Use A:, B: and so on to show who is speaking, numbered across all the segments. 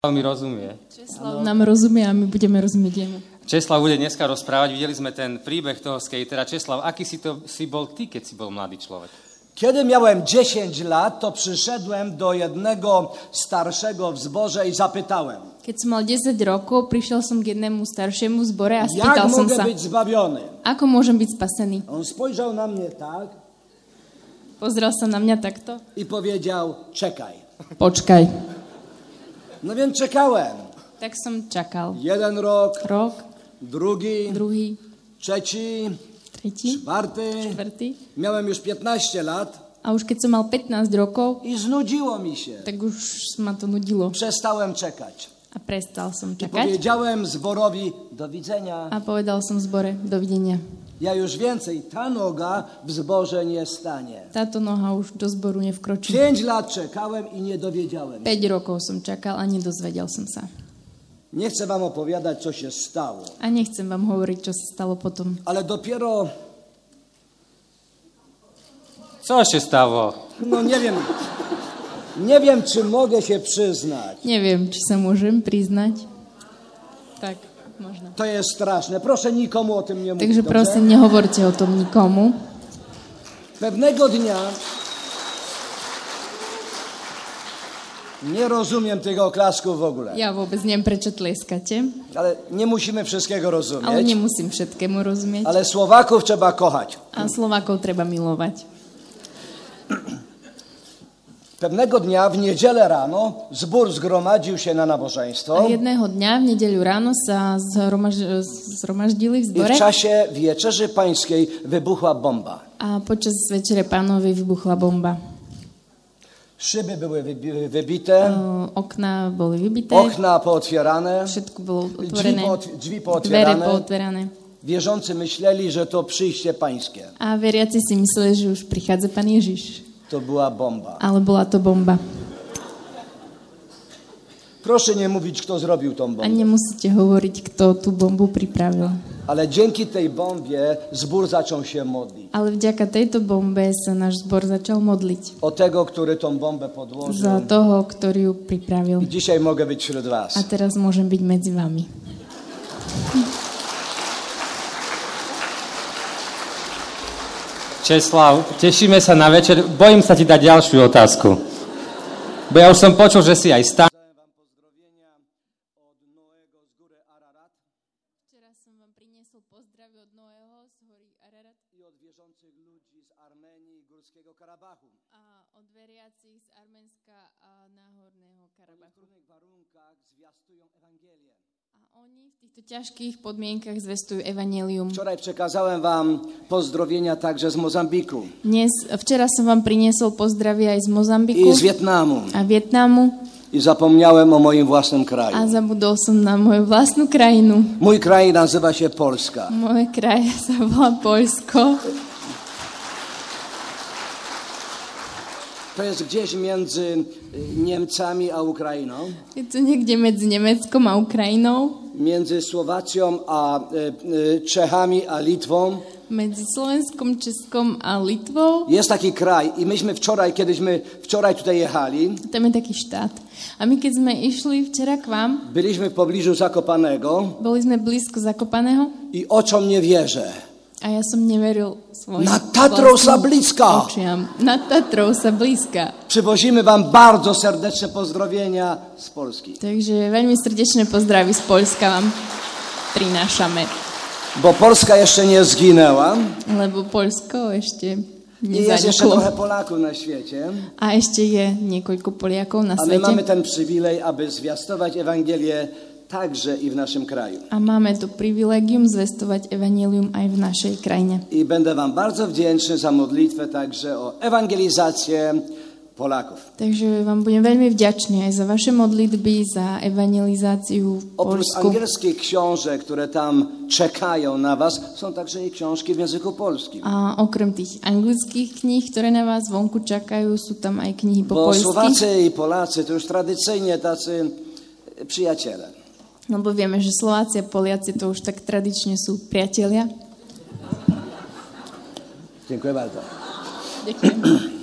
A: Česlav mi rozumie.
B: Česlav nám rozumie a my budeme rozumieť jemu.
A: Česlav bude dneska rozprávať, videli sme ten príbeh toho skatera. Česlav, aký si, to, si bol ty, keď si bol mladý človek?
C: Kiedy miałem 10 lat, to przyszedłem do jednego starszego w zborze i zapytałem,
B: Keď som mal 10 rokov, prišiel som k jednému staršiemu zbore a
C: jak
B: spýtal som
C: mogę
B: sa,
C: być zbawiony?
B: ako môžem byť spasený.
C: On spojrzał na mnie tak
B: Pozrel sa na mňa takto.
C: i powiedział, czekaj.
B: Počkaj.
C: No więc czekałem.
B: Tak som čakal.
C: Jeden rok,
B: Rok,
C: drugi,
B: druhý,
C: trzeci,
B: tretí,
C: czwarty.
B: štvrtý.
C: Miałem już 15 lat
B: A už keď som mal 15 rokov,
C: i znudziło mi się.
B: tak už ma to nudilo
C: Przestałem czekać.
B: a prestal som
C: I
B: čakať.
C: powiedziałem zborowi, do widzenia.
B: A povedal som zbore, dovidenia.
C: Ja już więcej, ta noga w zborze nie stanie.
B: Táto noha už do zboru nevkročí. 5
C: Pięć lat czekałem i nie dowiedziałem. się.
B: rokov som čakal a nedozvedel som sa.
C: Nie chcę wam opowiadać, co się stało,
B: A nechcem vám hovoriť, čo sa stalo potom.
C: ale dopiero,
A: Co się stało?
C: no nie wiem, nie wiem, czy mogę się przyznać.
B: Neviem, či sa môžem priznať. Tak, možno.
C: To jest straszne. Proszę nikomu o tym nie mówić.
B: Takže
C: dobrze?
B: prosím, nehovorte o tom nikomu.
C: Pewnego dnia. Nie rozumiem tych oklasków w ogóle,
B: Ja vôbec neviem, prečo tlieskate,
C: ale nie musimy wszystkiego
B: ale
C: rozumieć.
B: nemusím všetkému rozumieť.
C: Ale Słowaków trzeba kochać.
B: A Slovákov treba milovať.
C: Pewnego dnia w niedzielę rano zbór zgromadził się na
B: A
C: nabożeństwo
B: jedného dňa v nedeľu ráno sa zhromaž... zhromaždili v
C: i
B: zbore
C: w czasie wieczerzy pańskiej wybuchła bomba.
B: a počas večere pánovi vybuchla bomba.
C: Szyby były wybi- wybite,
B: O, Okná boli vybité,
C: okna pootwierane,
B: všetko bolo
C: drzwi,
B: otvorené,
C: poot- drzwi
B: dvere
C: pootwierane.
B: pootvorené.
C: Wierzący myśleli, że to przyjście pańskie.
B: A veriaci si mysleli, že už prichádza pán Ježiš.
C: To była bomba.
B: Ale bola to bomba.
C: Proszę nie mówić, kto zrobił tą
B: A
C: bombę.
B: nemusíte hovoriť, kto tú bombu pripravil.
C: Ale dzięki tej bombie zbór zaczął się modlić.
B: Ale vďaka tejto bombe sa náš zbor začal modliť
C: O tego, który tą bombę podłożył.
B: za toho, ktorý ju
C: I
B: pripravil.
C: dzisiaj mogę być wśród was.
B: A teraz môžem byť medzi vami.
A: Česlav, tešíme sa na večer. Bojím sa ti dať ďalšiu otázku. Bo ja už som počul, že si aj stan.
B: Včera som vám priniesol pozdravy od Noého z hory Ararat
C: I od wierzących ludzi z Armenii i Górskiego Karabachu.
B: a od veriacich z Arménska a Náhorného
C: W
B: Karabachu.
C: trudnych warunkach zwiastują Ewangelię.
B: A oni v týchto ťažkých podmienkach zvestujú evanelium.
C: Wczoraj przekazałem wam pozdrowienia także z Mozambiku
B: Dnes, včera som vám priniesol pozdravy aj z Mozambiku
C: i z Wietnamu.
B: a Vietnamu.
C: I zapomniałem o moim własnym
B: A
C: kraju.
B: zabudol som na moju vlastnú krajinu.
C: Mój kraj nazywa się Polska.
B: Moje kraj sa volá Poľsko.
C: To jest gdzieś między y, Niemcami a Ukrainą,
B: Je to niekde medzi Nemeckom a Ukrajinou,
C: między Słowacją a y, y, Czechami a Litwą.
B: medzi Slovenskom, Českom a Litvou.
C: Jest taki kraj i myśmy wczoraj, kiedyśmy wczoraj tutaj jechali,
B: Tam je taký štát. A my keď sme išli včera k vám,
C: byliśmy w pobliżu Zakopanego
B: boli sme blízko Zakopaného
C: i oczom nie wierzę.
B: a ja som neveril svojim
C: Nad Tatrou sa
B: vlastným
C: blízka.
B: Očiam. Nad Tatrou sa blízka.
C: Przywozimy Wam bardzo serdeczne pozdrowienia z Polski,
B: Takže veľmi srdečné pozdravy z Polska vám prinášame.
C: bo Polska jeszcze nie zginęła
B: Lebo Polsko ešte
C: i jest jeszcze
B: nezaniklo.
C: trochę Polaków na świecie,
B: A ešte je niekoľko Poliakov na
C: a my
B: svete.
C: mamy ten przywilej, aby zwiastować Ewangelię także i w naszym kraju.
B: A máme tu privilegium zvestovať evanelium aj v našej krajine.
C: I będę Wam bardzo wdzięczny za modlitwę także o ewangelizację Polaków.
B: Takže vám budem veľmi vďačný aj za vaše modlitby, za evangelizáciu v
C: Oprócz
B: Polsku.
C: angielskich książek, które tam czekają na Was, są także i książki w języku polskim.
B: A okrem tých anglických kníh, ktoré na vás vonku čakajú, sú tam aj knihy po
C: Bo
B: poľsky.
C: Słowacy i Polacy to już tradycyjnie tacy e, przyjaciele.
B: Lebo vieme, že Slováci a Poliaci to už tak tradične sú priatelia.
C: Dziękuję bardzo.
B: Ďakujem.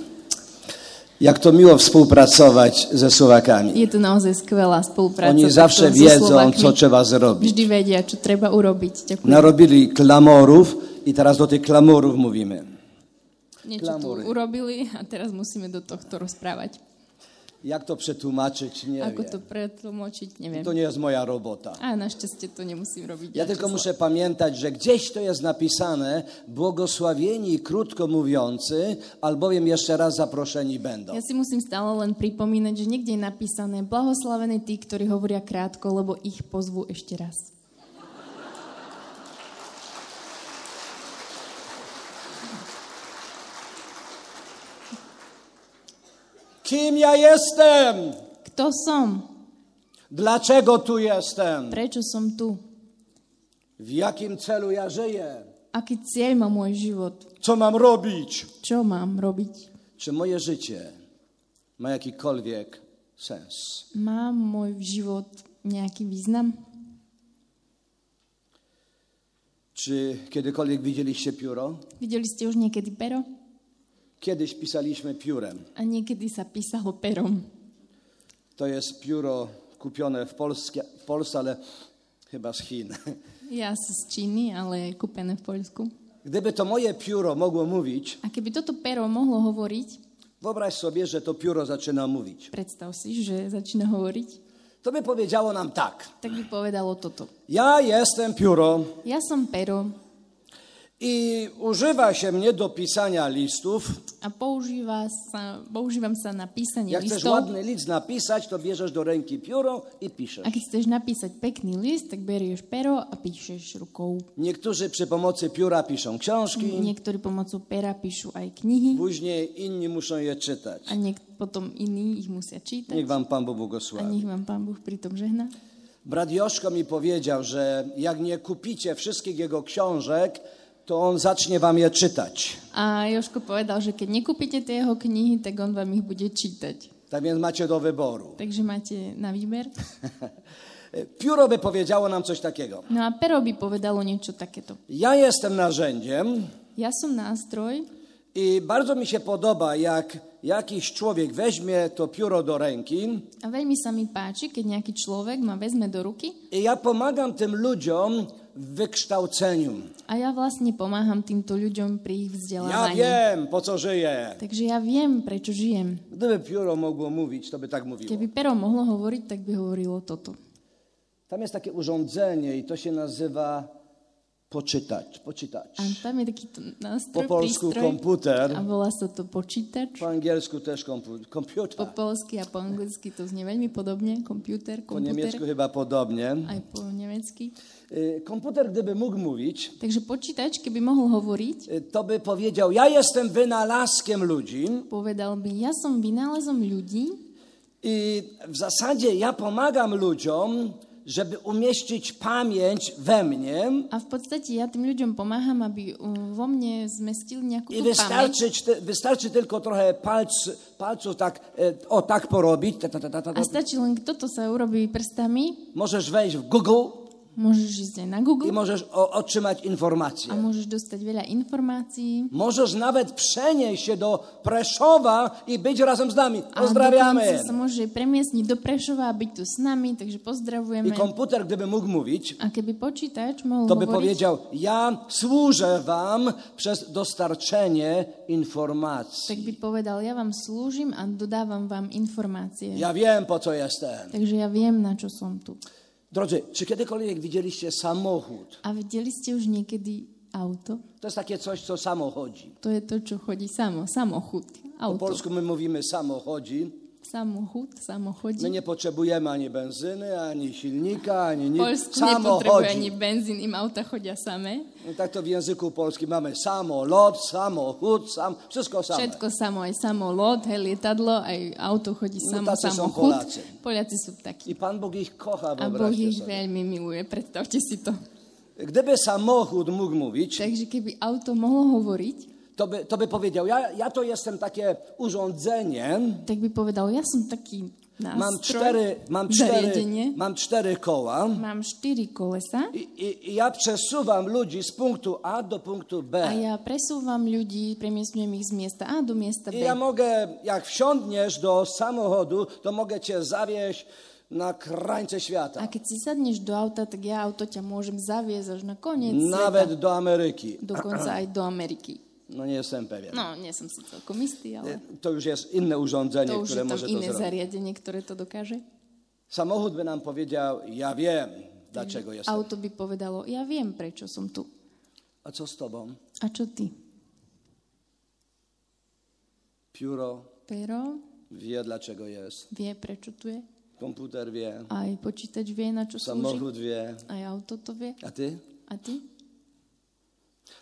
C: Jak to miło współpracować ze Słowakami.
B: Je to naozaj skvelá spolupráca.
C: Oni
B: takto
C: zawsze
B: so
C: wiedzą,
B: Slovakmi.
C: co trzeba zrobić.
B: Vždy vedia, čo treba urobiť. Ďakujem.
C: Narobili klamorów i teraz do tych klamorów mówimy.
B: Niečo tu
C: Klamory.
B: urobili a teraz musíme do tohto rozprávať.
C: Jak to przetłumaczyć? Nie
B: Ako to
C: wiem.
B: pretlmočiť, neviem.
C: To nie jest moja robota.
B: A našťastie to nemusím robiť.
C: Ja tylko muszę pamiętać, że gdzieś to jest napisane, błogosławieni krótko mówiący, albowiem jeszcze raz zaproszeni będą.
B: Ja si musím stále len pripomínať, že niekde je napísané blahoslavení tí, ktorí hovoria krátko, lebo ich pozvu ešte raz.
C: Kim ja jestem?
B: Kto som?
C: Dlaczego tu jestem?
B: Prečo som tu?
C: W jakim celu ja żyję?
B: Aký cieľ má môj život?
C: Co mam robić?
B: Čo mám robiť?
C: Czy moje życie ma jakikolwiek sens?
B: Má môj život nejaký význam?
C: Czy kiedykolwiek widzieliście pióro?
B: Videli ste už niekedy pero?
C: Kiedyś pisaliśmy piórem.
B: A niekedy sa písalo perom.
C: To jest pióro kupione w Polsce, w Polsce ale chyba z Chin.
B: Ja som z Číny, ale je kúpené v Poľsku.
C: Gdyby to moje pióro mogło mówić,
B: A keby toto pero mohlo hovoriť,
C: wyobraź sobie, że to pióro zaczyna mówić.
B: predstav si, že začína hovoriť,
C: To by powiedziało nam tak.
B: tak by povedalo toto.
C: Ja jestem pióro
B: Ja som pero
C: i używa się mnie do pisania listów.
B: a používa sa, používam sa na písanie
C: Jak chcesz
B: listov.
C: ładny list napisać, to bierzesz do ręki pióro i piszesz.
B: A keď chceš napísať pekný list, tak berieš pero a píšeš rukou.
C: Niektórzy przy pomocy pióra piszą książki,
B: Niektorí pomocou pera píšu aj knihy
C: później inni muszą je czytać.
B: a niek- potom iní ich musia čítať.
C: Niech wam Pan Bóg
B: A
C: błogosławi.
B: nech vám Pán Boh pri tom žehna.
C: Brat Joszko mi powiedział, że jak nie kupicie wszystkich jego książek, to on zacznie wam je czytać.
B: A Joško povedal, že keď nekúpite tie jeho knihy, tak on vám ich bude čítať.
C: Tak więc macie do wyboru. E,
B: Takže máte na výber.
C: Pióro by powiedziało nam coś takiego.
B: No a pero by povedalo niečo takéto.
C: Ja jestem narzędziem
B: Ja som nástroj
C: i bardzo mi się podoba, jak jakiś człowiek weźmie to pióro do ręki
B: a veľmi sa mi páči, keď nejaký človek ma vezme do ruky
C: i ja pomagam tym ludziom w wykształceniu.
B: a ja vlastne pomáham týmto ľuďom pri ich
C: Ja
B: vzdelávaní.
C: wiem, po co żyję.
B: Takže ja viem, prečo žijem.
C: Gdyby pióro mogło mówić, to by tak mówiło.
B: Keby pero mohlo hovoriť, tak by hovorilo toto.
C: Tam jest takie urządzenie i to się nazywa poczytacz, poczytacz.
B: A tam je takýto
C: Po
B: nástroj,
C: polsku
B: prístroj a
C: komputer,
B: volá sa to počítač.
C: po angielsku też kompu-
B: Po
C: komputer,
B: polsky a po anglicky to znie veľmi podobne. Komputer,
C: po niemiecku
B: komputer,
C: chyba podobnie.
B: aj po nemecky.
C: Y, Komputer, gdyby mógł mówić,
B: Takže počítač, keby mohol hovoriť,
C: y, to by powiedział, ja jestem wynalazkiem ludzi
B: povedal by, ja som vynálezom ľudí
C: i w zasadzie ja pomagam ludziom, żeby umieścić pamięć we mnie
B: a v podstate ja tým ľuďom pomáham, aby uh, vo mne zmestili nejakú tú
C: i
B: pamäť.
C: wystarczy, wystarczy tylko trochę palc, palców tak, e, o tak porobić. Ta, ta, ta, ta, ta.
B: A stačí len, kto to sa urobí prstami,
C: Możesz wejść w Google
B: môžeš ísť aj na
C: i
B: Google
C: możesz o,
B: a
C: otrzymać informacje.
B: môžeš dostať veľa informácií.
C: Możesz nawet przenieść się do Preszowa i być razem z nami.
B: A
C: Pozdrawiamy!
B: dokonca sa môže premiesniť do Prešova a byť tu s nami, takže
C: I
B: pozdravujeme.
C: komputer, gdyby mógł mówić,
B: A keby počítač mohol
C: to by
B: hovoriť,
C: powiedział: Ja służę Wam przez dostarczenie
B: tak
C: informacji.
B: by povedal, ja vám slúžim a dodávam vám informácie.
C: Ja wiem, po co jestem.
B: Takže ja viem, na čo som tu.
C: Drodzy, czy kiedykolwiek widzieliście samochód?
B: A videli ste už niekedy auto?
C: To jest takie coś, co samo chodzi.
B: To je to, čo chodí samo, samochód.
C: Po
B: Auto.
C: polsku my mówimy samochodzi.
B: Samochód, samo
C: My
B: chodí.
C: No nie potrzebujemy ani benzyny, ani silnika, ani
B: V
C: nic.
B: Polsku nepotrebuje ani
C: chodzi.
B: benzín, im auta chodia samé.
C: No tak to w języku polskim mamy samolot, samochód, sam, wszystko samo.
B: Všetko samo, aj samolot, aj lietadlo, aj auto chodí
C: No,
B: samo,
C: tacy sú
B: samochód.
C: Poláci.
B: Poliaci sú takí.
C: I Pan Bóg ich
B: A
C: kocha,
B: Boh
C: wyobraźcie
B: ich
C: sobie.
B: veľmi miluje, predstavte si to.
C: Gdyby samochód mógł mówić,
B: Takže keby auto mohlo hovoriť,
C: to by, to by powiedział, ja, ja to jestem takie urządzenie,
B: tak by povedal, ja som taký nástroj,
C: Mam cztery, mam cztery,
B: zariadenie.
C: mam cztery koła
B: Mám štyri kolesa
C: i, i, i ja przesuwam ludzi z punktu A do
B: a
C: punktu B.
B: ja presúvam ľudí, premiestňujem ich z miesta A do miesta B.
C: I ja mogę, jak wsiądniesz do samochodu, to mogę cię zawieźć na krańce
B: A
C: świata,
B: keď si sadneš do auta, tak ja auto ťa môžem zaviesť až na koniec
C: nawet
B: sveta,
C: do Ameryki.
B: dokonca aj do Ameriky.
C: No nie jestem pewien.
B: No, nie som si celkom istý, ale
C: To już jest inne urządzenie,
B: to už
C: które
B: je tam
C: może to
B: iné
C: zrobić.
B: zariadenie, ktoré to dokáže.
C: Samochód by nam powiedział, ja wiem, dlaczego jestem.
B: Auto by povedalo, ja viem, prečo som tu.
C: A co z tobą?
B: A čo ty?
C: Pióro
B: Pero
C: wie, dlaczego jest.
B: vie, prečo tu je.
C: Komputer wie.
B: Aj počítač vie, na čo slúži.
C: Samochód wie.
B: Aj auto to vie.
C: A ty?
B: A ty?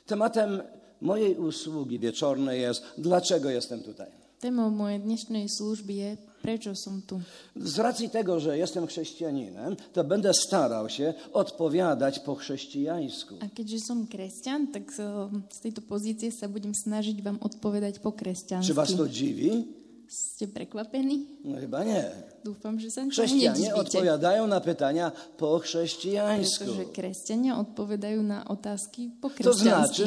C: Tematem mojej usługi wieczornej jest, dlaczego jestem tutaj.
B: Témou mojej dnešnej služby je, prečo som tu.
C: Z racji tego, że jestem chrześcijaninem, to będę starał się odpowiadać po chrześcijańsku.
B: A keďže som kresťan, tak eh, z tejto pozície sa budem snažiť vám odpovedať po
C: Czy was
B: kresťansky.
C: to dziwi?
B: Ste prekvapení?
C: No chyba nie.
B: Dúfam, že sa tomu
C: Chrześcijanie
B: nedivíte.
C: odpowiadają na pytania po chrześcijańsku.
B: Pretože kresťania odpovedajú na otázky po
C: To znaczy,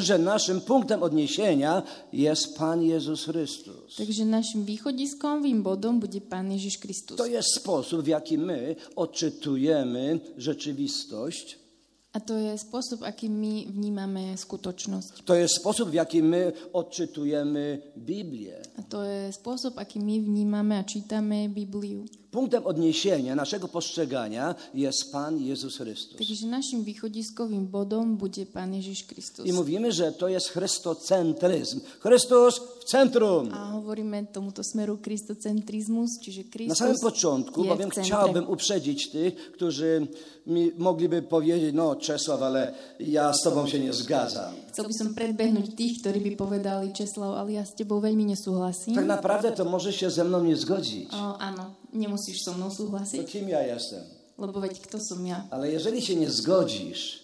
B: kresťansky.
C: że naszym punktem odniesienia jest Pan Jezus Chrystus.
B: Takže našim východiskovým bodom bude Pán Ježiš Kristus.
C: To jest sposób, w jaki my odczytujemy rzeczywistość.
B: A to je spôsob, akým my vnímame skutočnosť.
C: To jest sposób, w jaki my odczytujemy Biblię.
B: A to je spôsob, akým my vnímame a čítame Bibliu.
C: Punktem odniesienia naszego postrzegania jest Pan Jezus Chrystus.
B: Takže našim východiskovým bodom bude Pán Ježiš Kristus.
C: I mówimy, że to jest chrystocentryzm. Chrystus w centrum.
B: A hovoríme tomuto smeru kristocentrizmus, čiže
C: Na
B: Kristus
C: samym początku
B: je
C: bowiem
B: v centre.
C: chciałbym uprzedzić tych, którzy mi mogliby powiedzieć, no Czesław, ale ja z tobą się nie zgadzam.
B: Chcel by som predbehnúť tých, ktorí by povedali Česlav, ale ja s tebou veľmi nesúhlasím.
C: Tak naprawdę to może się ze mną nie zgodzić.
B: O, áno, nemusíš so mnou
C: To
B: súhlasiť,
C: kim ja jestem?
B: lebo veď kto som ja.
C: Ale jeżeli się nie zgodzisz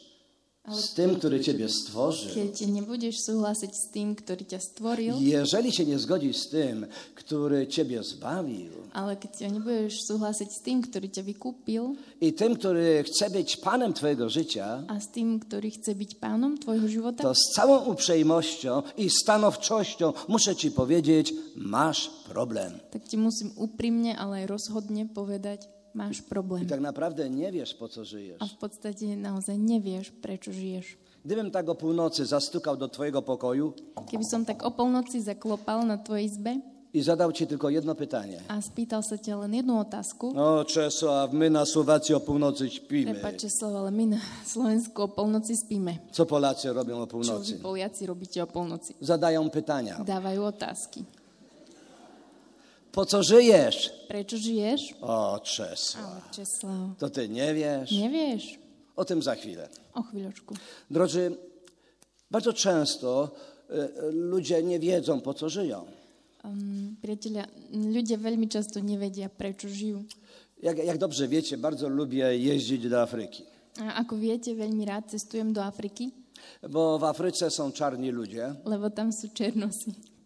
C: z tym, który ciebie stworzył,
B: Keď nebudeš súhlasiť s tým, ktorý ťa stvoril,
C: jeżeli się nie zgodzisz z tym, który ciebie zbawił
B: ale keď nebudeš súhlasiť s tým, ktorý ťa vykúpil
C: i tym, który chce być panem twojego życia,
B: a s tým, ktorý chce byť pánom tvojho života,
C: to z całą uprzejmością i stanowczością muszę ci powiedzieć, masz problem.
B: tak ti musím úprimne, ale aj rozhodne povedať, máš
C: I
B: problém.
C: tak naprawdę nie wiesz, po co żyjesz.
B: A v podstate naozaj nevieš, prečo žiješ.
C: Gdybym tak o północy zastukał do twojego pokoju
B: Keby som tak o polnoci zaklopal na tvojej izbe
C: i zadał ci tylko jedno pytanie.
B: a spýtal sa ťa len jednu otázku,
C: O Czesław, my na Słowacji o północy śpimy.
B: prepáč Česlav, ale my na Slovensku o polnoci spíme.
C: Co Polacy robią o
B: Čo vy
C: północy?
B: Poliaci robíte o polnoci?
C: Zadają pytania.
B: Dávajú otázky.
C: Po co żyjesz?
B: Prečo žiješ?
C: O, Czesław,
B: Ale Česlav,
C: to ty nie wiesz.
B: nevieš?
C: O tym za chwilę.
B: O chvíľočku.
C: Drodzy, bardzo często y, y, ludzie nie wiedzą, po co żyją.
B: Um, priatelia, ľudia veľmi často nevedia, prečo žijú.
C: Jak, jak dobrze wiecie, bardzo lubię jeździć do Afryki,
B: A ako viete, veľmi rád cestujem do Afriky,
C: bo w Afryce są czarni ludzie.
B: lebo tam sú černosy.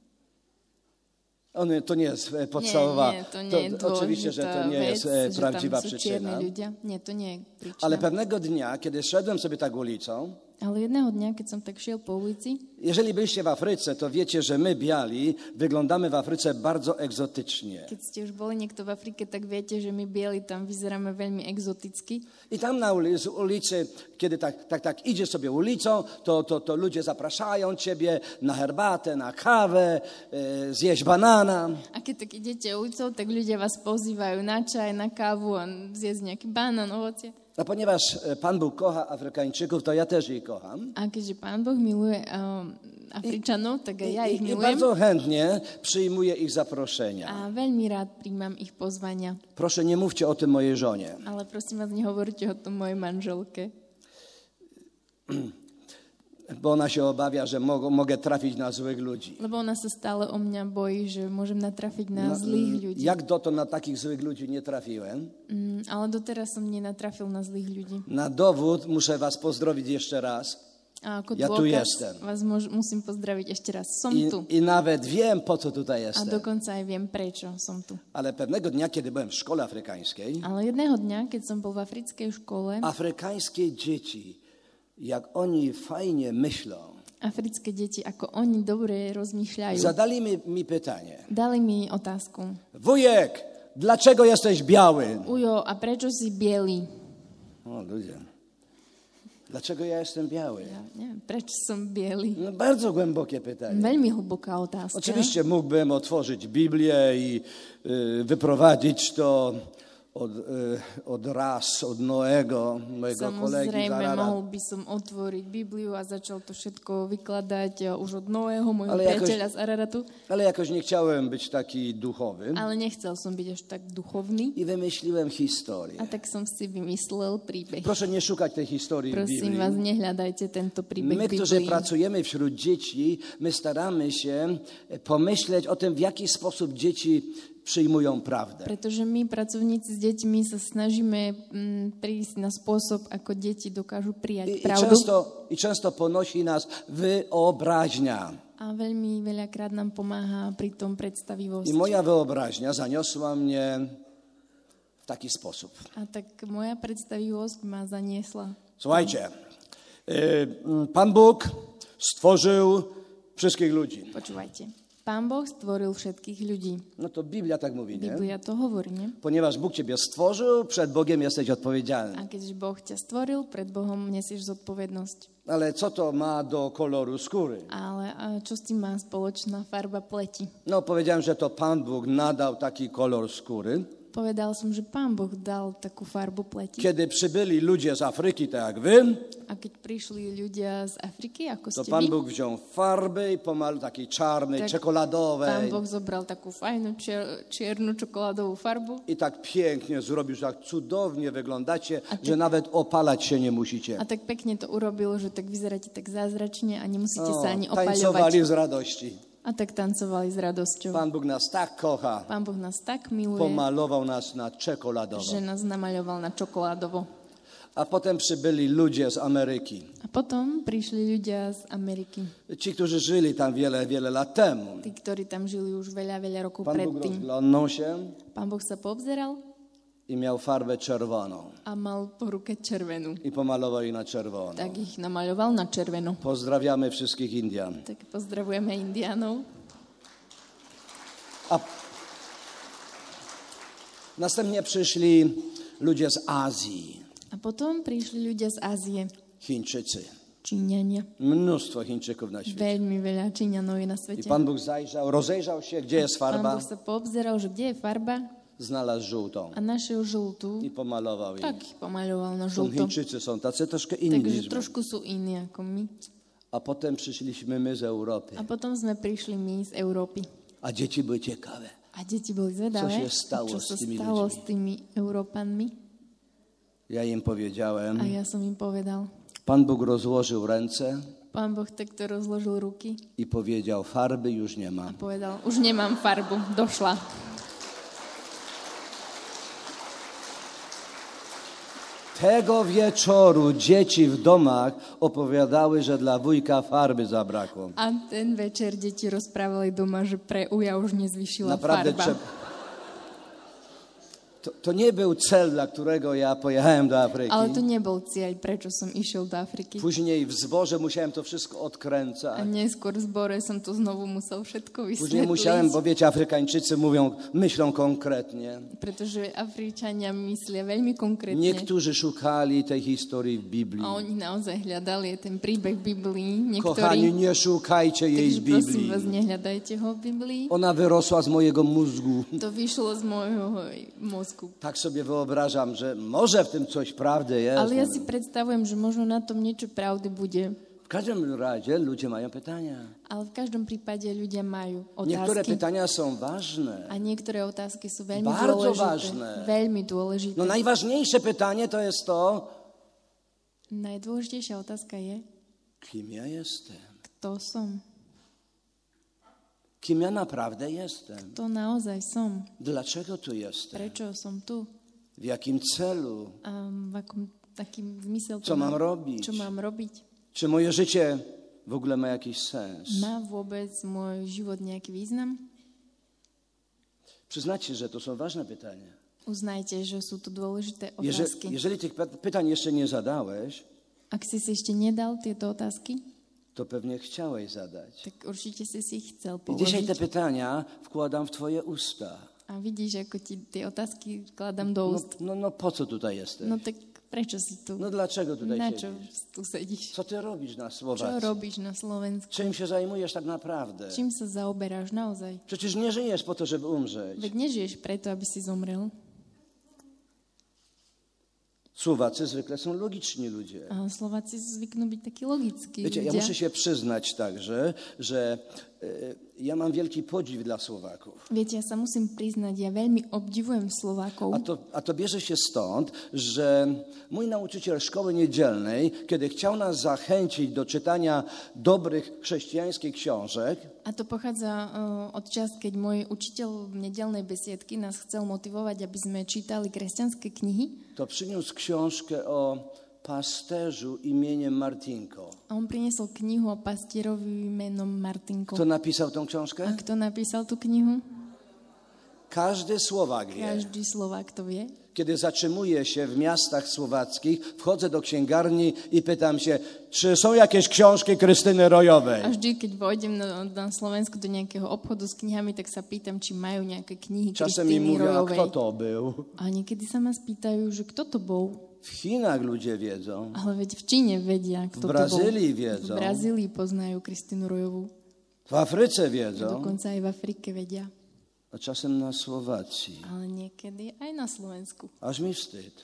C: On, to nie jest e, podstawowa.
B: nie, nie, to nie je
C: oczywiście, że to
B: dôležitá
C: nie jest e,
B: vec, že tam
C: prawdziwa
B: sú čierni
C: przyczyna.
B: ľudia. Nie, to nie je príčina.
C: Ale pewnego dnia, kiedy szedłem sobie tak ulicą,
B: Ale jedného dňa, keď som tak šiel po ulici,
C: jeżeli byliście w Afryce, to wiecie, że my biali wyglądamy w Afryce bardzo egzotycznie.
B: keď ste už boli niekto v Afrike, tak viete, že my bieli tam vyzeráme veľmi exoticky.
C: I tam na ulicy, ulicy kiedy tak, tak, tak idziesz sobie ulicą, to, to, to ludzie zapraszają ciebie na herbatę, na kawę, e, zjeść banana.
B: A keď tak idete ulicou, tak ľudia vás pozývajú na čaj, na kávu a zjesť nejaký banán, ovocie.
C: A ponieważ e, Pan Bóg kocha Afrykańczyków, to ja też ich kocham.
B: A keďže Pán Boh miluje um, Afričanov, tak aj ja ich
C: I, I
B: milujem
C: bardzo chętnie przyjmuję ich zaproszenia.
B: a veľmi rád príjmam ich pozvania.
C: Proszę, nie mówcie o tym mojej żonie.
B: Ale prosím vás, nehovorte o tom mojej manželke,
C: bo ona się obawia, że mogą, mogę trafić na złych ludzi. No,
B: lebo ona sa stále o mňa bojí, že môžem natrafiť na zlých ľudí.
C: mm, Jak dotąd na takich złych ludzi nie trafiłem?
B: Mm, ale doteraz som nenatrafil na zlých ľudí.
C: Na dowód muszę was pozdrowić jeszcze raz.
B: A ako
C: Ja tu
B: dôkaz
C: jestem.
B: vás mož, musím pozdraviť ešte raz. Som
C: I,
B: tu.
C: I nawet wiem, po co tutaj
B: A
C: jestem.
B: dokonca aj viem, prečo som tu.
C: Ale pewnego dnia, kiedy byłem w szkole afrykańskiej,
B: Ale jedného dňa, keď som bol v africkej škole,
C: afrykańskie dzieci, jak oni fajnie myślą,
B: africké deti, ako oni dobre rozmýšľajú,
C: zadali mi, mi pytanie.
B: dali mi otázku.
C: Wujek, dlaczego jesteś biały?
B: Ujo, a prečo si biely?
C: O ludzie, dlaczego ja jestem biały?
B: Ja neviem, prečo som biely?
C: No, bardzo głębokie pytanie.
B: Veľmi hlboká otázka.
C: Oczywiście mógłbym otworzyć Biblię i y, wyprowadzić to od, y, od raz, od Noego, mojego kolegi
B: Samozrejme,
C: Zarara.
B: mohol by som otvoriť Bibliu a začal to všetko vykladať ja, už od Noého, môjho
C: Ale jakož-
B: priateľa z Araratu,
C: Ale jakoś nie chciałem być taki duchowy
B: ale nechcel som byť až tak duchovný
C: i
B: a
C: wymyśliłem historię.
B: tak som si vymyslel príbeh.
C: Proszę nie szukać tej historii w Biblii.
B: Prosím vás, nehľadajte tento príbeh
C: My,
B: v
C: którzy
B: Biblii.
C: pracujemy wśród dzieci, my staramy się e, pomyśleć o tym, w jaki sposób dzieci przyjmują prawdę.
B: Pretože my, pracovníci s deťmi, sa snažíme mm, prísť na spôsob, ako deti dokážu
C: I,
B: prijať
C: i,
B: pravdu.
C: często, I często ponosi nas wyobraźnia.
B: A veľmi veľakrát nám pomáha pri tom
C: I
B: predstavivosť.
C: moja wyobraźnia zaniosła mnie w taki sposób.
B: A tak moja predstavivosť ma zaniesla.
C: Słuchajcie, y, mm, Pan Bóg stworzył wszystkich ludzi.
B: Počúvajte. Pán Boh stvoril všetkých ľudí.
C: No to Biblia tak mówi, nie?
B: Biblia to hovorí, nie?
C: Ponieważ Bóg ciebie stworzył, przed Bogiem jesteś odpowiedzialny.
B: A keď Boh ťa stvoril, pred Bohom nesieš zodpovednosť.
C: Ale co to ma do koloru skóry?
B: Ale a čo s tým má spoločná farba pleti?
C: No powiedziałem, że to Pan Bóg nadał taki kolor skóry.
B: Povedal som, že Pán Boh dal takú farbu pleti.
C: Kiedy przybyli ludzie z Afryki, tak jak wy,
B: A keď prišli ľudia z Afriky, ako
C: to
B: ste
C: Pan
B: vy,
C: Bóg wziął farby i pomalu takiej czarnej,
B: Tak, Pán
C: czekoladowej.
B: Boh zobral takú fajnú čier, čiernu čokoládovú farbu
C: I tak pięknie zrobił, że tak cudownie wyglądacie, że nawet opalać się
B: a
C: nie musicie.
B: tak pekne to urobil, že tak vyzeráte tak zázračne a nemusíte
C: O,
B: sa ani
C: tańcowali
B: opaľovať.
C: z radości.
B: A tak tancovali s radosťou.
C: Pan Bóg nas tak kocha.
B: Pán Boh nás tak miluje,
C: Pomalował nas na czekoladowo.
B: že nás namaľoval na čokoládovo.
C: A potem przybyli ludzie z Ameryki.
B: A potom prišli ľudia z Ameriky,
C: Ci, którzy żyli tam wiele, wiele lat temu.
B: tí, ktorí tam žili už veľa, veľa rokov
C: Pan Bóg
B: predtým.
C: rozglądnął się
B: Pán Boh sa poobzeral
C: i miał farbę czerwoną.
B: a mal po ruke červenú.
C: i pomalował ich na czerwono.
B: Tak ich namaľoval na červeno.
C: Pozdrawiamy wszystkich Indian.
B: Tak pozdravujeme Indianov.
C: A... Następnie przyszli ludzie z Azji,
B: A potom prišli ľudia z Ázie,
C: Chińczycy.
B: Číňania.
C: Mnóstwo Chińczyków na świecie.
B: Veľmi veľa Číňanov je na
C: I
B: svete.
C: Pan Bóg zajrzał, rozejrzał się, gdzie jest
B: Pán
C: farba,
B: Boh sa poobzeral, že kde je farba
C: znalazł żółtą
B: a našiel žltú,
C: i pomalował ich.
B: tak ich pomaľoval na
C: Są
B: žlto.
C: Chińczycy są tacy troszkę inni.
B: Takže trošku sú iní ako my.
C: A potem przyszliśmy my z Europy.
B: A potom sme prišli my z Európy.
C: A dzieci były ciekawe.
B: A deti boli zvedavé,
C: Čo sa stalo
B: čo
C: s
B: sa
C: tými
B: stalo
C: ľuďmi?
B: s tými Európanmi.
C: Ja im
B: A
C: powiedziałem,
B: ja som im povedal,
C: Pan Bóg rozłożył ręce
B: pán Boh takto rozložil ruky
C: i powiedział, farby już nie ma.
B: a povedal, už nemám farbu, došla.
C: Tego wieczoru dzieci w domach opowiadały, że dla wujka farby zabrakło.
B: A ten večer deti rozprávali doma, že pre uja už nezvyšila
C: Naprawdę
B: farba.
C: trzeba. To, to nie był cel, dla którego ja pojechałem do Afryki.
B: Ale to nebol cieľ, prečo som išiel do Afriky.
C: Później w zborze musiałem to
B: A
C: wszystko odkręcać.
B: neskôr v zbore som to znovu musel všetko
C: Później musiałem,
B: vysvetliť,
C: bo wiecie, Afrykańczycy mówią, myślą konkretnie.
B: pretože Afričania myslia veľmi konkrétne.
C: Niektórzy szukali tej historii w Biblii.
B: A oni naozaj hľadali ten príbeh Biblii,
C: Kochani,
B: niektorí.
C: nie szukajcie jej z
B: Takže prosím
C: Biblii.
B: vás, nehľadajte ho v Biblii.
C: Ona wyrosła z mojego mózgu.
B: To vyšlo z môjho mozgu.
C: Tak sobie wyobrażam, że może w tym coś prawdy jest.
B: Ale
C: nie
B: ja
C: wiem.
B: si predstavujem, že možno na tom niečo pravdy bude.
C: W każdym razie ludzie mają pytania.
B: Ale v každom prípade ľudia majú
C: Niektóre
B: otázky.
C: pytania są ważne.
B: A niektoré otázky sú veľmi
C: Bardzo
B: dôležité.
C: vážne.
B: Veľmi dôležité.
C: No najważniejsze pytanie to jest to,
B: Najdôležitejšia otázka je,
C: kim ja jestem?
B: kto som?
C: Kim ja naprawdę jestem?
B: Kto naozaj som?
C: Dlaczego tu jestem?
B: Prečo som tu?
C: W jakim celu?
B: A v akom takým zmysel
C: Co
B: to má?
C: mám robiť?
B: Čo mám robiť?
C: Czy moje życie w ogóle ma jakiś sens?
B: Má vôbec môj život nejaký význam?
C: Przyznacie, że to są ważne pytania.
B: Uznajte, že sú to dôležité
C: Jeżeli,
B: otázky.
C: jeżeli tych pe- pytań jeszcze nie zadałeś,
B: Ak si si ešte nedal tieto otázky,
C: to pewnie chciałeś zadać.
B: tak určite si si ich chcel
C: I dzisiaj te
B: položiť.
C: pytania wkładam w Twoje usta.
B: A vidíš, ako ti tie otázky kladám do
C: No,
B: úst.
C: no, no po co tutaj jesteś?
B: No tak prečo si tu?
C: No dlaczego
B: Na
C: tutaj
B: čo
C: siedzisz?
B: tu sedíš?
C: Co Ty robisz na
B: Čo
C: Słowacji?
B: robíš na Slovensku?
C: Czym się zajmujesz tak naprawdę?
B: Čím sa zaoberáš naozaj?
C: Przecież nie żyjesz po to, żeby umrzeć.
B: Veď nežiješ preto, aby si zomrel.
C: Słowacy zwykle są logiczni ludzie.
B: A Slováci zvyknú byť takí logickí
C: Wiecie, ja
B: ľudia.
C: muszę się przyznać także, że e, ja mam wielki podziw dla Słowaków.
B: Viete, ja sa musím priznať, ja veľmi obdivujem
C: A
B: Slovákov.
C: to, a to bierze się stąd, że mój nauczyciel szkoły niedzielnej, kiedy chciał nas zachęcić do czytania dobrych chrześcijańskich książek,
B: A to pochádza eh, od čas, keď môj učiteľ v nedelnej besiedky nás chcel motivovať, aby sme čítali kresťanské knihy.
C: to przyniósł książkę o pasterzu imieniem Martinko.
B: A on priniesol knihu o pastierovi menom Martinko.
C: Kto napisał tą
B: A
C: książkę?
B: kto napísal tú knihu?
C: Każdy Słowak wie.
B: Každý Slovák to vie.
C: Kiedy zatrzymuję się w miastach słowackich, wchodzę do księgarni i pytam się, czy są jakieś książki Krystyny Rojowej?
B: A vždy, keď vojdem na, na Slovensku do nejakého obchodu s knihami, tak sa pýtam, či majú nejaké knihy
C: Czasem mi
B: Kristýny
C: mówią, a kto
B: Rojovej.
C: to był?
B: A niekedy sa ma spýtajú, že kto to bol.
C: W Chinach ludzie wiedzą.
B: Ale veď v Číne vedia, kto to bol.
C: V Brazílii viedzą.
B: V Brazílii poznajú Kristínu Rojovú.
C: W Afryce
B: A
C: wiedzą,
B: dokonca aj v Afrike vedia.
C: a czasem na Słowacji.
B: Ale niekedy aj na Slovensku.
C: Aż mi wstyd.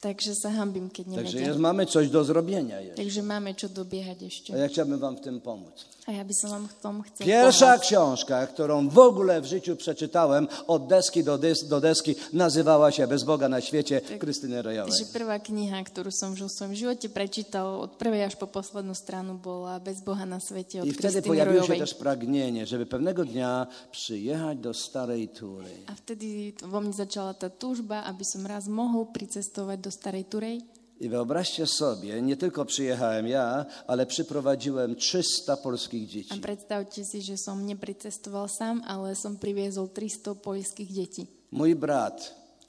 B: Takže sa hambím, keď
C: Także
B: nevedia.
C: jest, mamy coś do zrobienia jeszcze.
B: Takže máme čo dobiehať ešte.
C: A ja chciałbym wam w tym pomóc.
B: A ja by som vám v tom chcel
C: Pierwsza
B: pomôcť.
C: książka, którą w ogóle w życiu przeczytałem od deski do, dys, do deski, nazywała się Bez Boga na świecie Krystyny Rojowej.
B: Takže prvá kniha, ktorú som v svojom živote prečítal od prvej až po poslednú stranu bola Bez Boha na svete od
C: I wtedy
B: Kristýny
C: pojawiło się
B: Rojovej.
C: też pragnienie, żeby pewnego dnia przyjechać do starej Tury.
B: A vtedy to- vo mne začala tá túžba, aby som raz mohol pricestovať do Starej Turej.
C: I wyobraźcie sobie, nie tylko przyjechałem ja, ale przyprowadziłem 300 polskich
B: A
C: dzieci.
B: predstavte si, že som nepricestoval sám, ale som priviezol 300 poľských detí.
C: Mój brat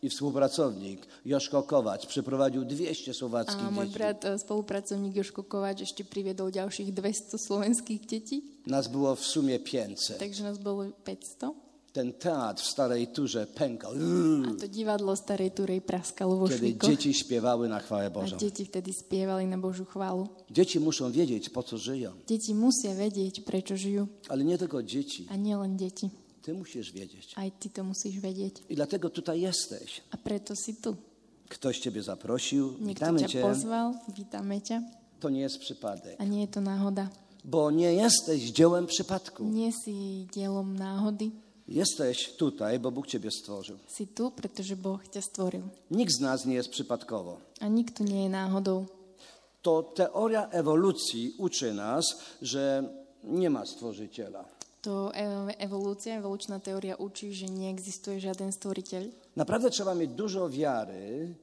C: i współpracownik Joszko Kowacz przyprowadził 200 słowackich
B: A môj
C: dzieci.
B: brat, e, spolupracovník Joško Kovač, ešte priviedol ďalších 200 slovenských detí,
C: Nas było w sumie 500.
B: takže nás bolo 500.
C: Ten teatr w starej Turze pękał,
B: A to divadlo Starej Turej praskalo vo
C: kiedy
B: švíkoch
C: dzieci śpiewały na chwałę
B: a
C: Bożą.
B: deti vtedy spievali na Božú chválu.
C: Dzieci muszą wiedzieć, po co żyją.
B: Deti musia vedieť, prečo žijú.
C: Ale nie tylko dzieci,
B: A nielen deti.
C: ty musisz wiedzieć.
B: Aj ty to musíš vedieť.
C: I dlatego tutaj jesteś.
B: A preto si tu.
C: Ktoś Ciebie zaprosił,
B: Niekto
C: witamy
B: ťa
C: Cię.
B: pozval, vítame ťa.
C: To nie jest przypadek,
B: A nie je to náhoda.
C: bo nie jesteś dziełem przypadku.
B: Nie si dielom náhody.
C: Jesteś tutaj, bo Bóg Ciebie stworzył.
B: Si tu, pretože Boh ťa stvoril.
C: Nikt z nas nie jest przypadkowo.
B: A nikto nie je náhodou.
C: To teoria ewolucji uczy nas, że nie ma stworzyciela.
B: To e- evolúcia, evolučná teória učí, že neexistuje žiaden stvoriteľ.
C: Naprawdę trzeba mieć dużo wiary,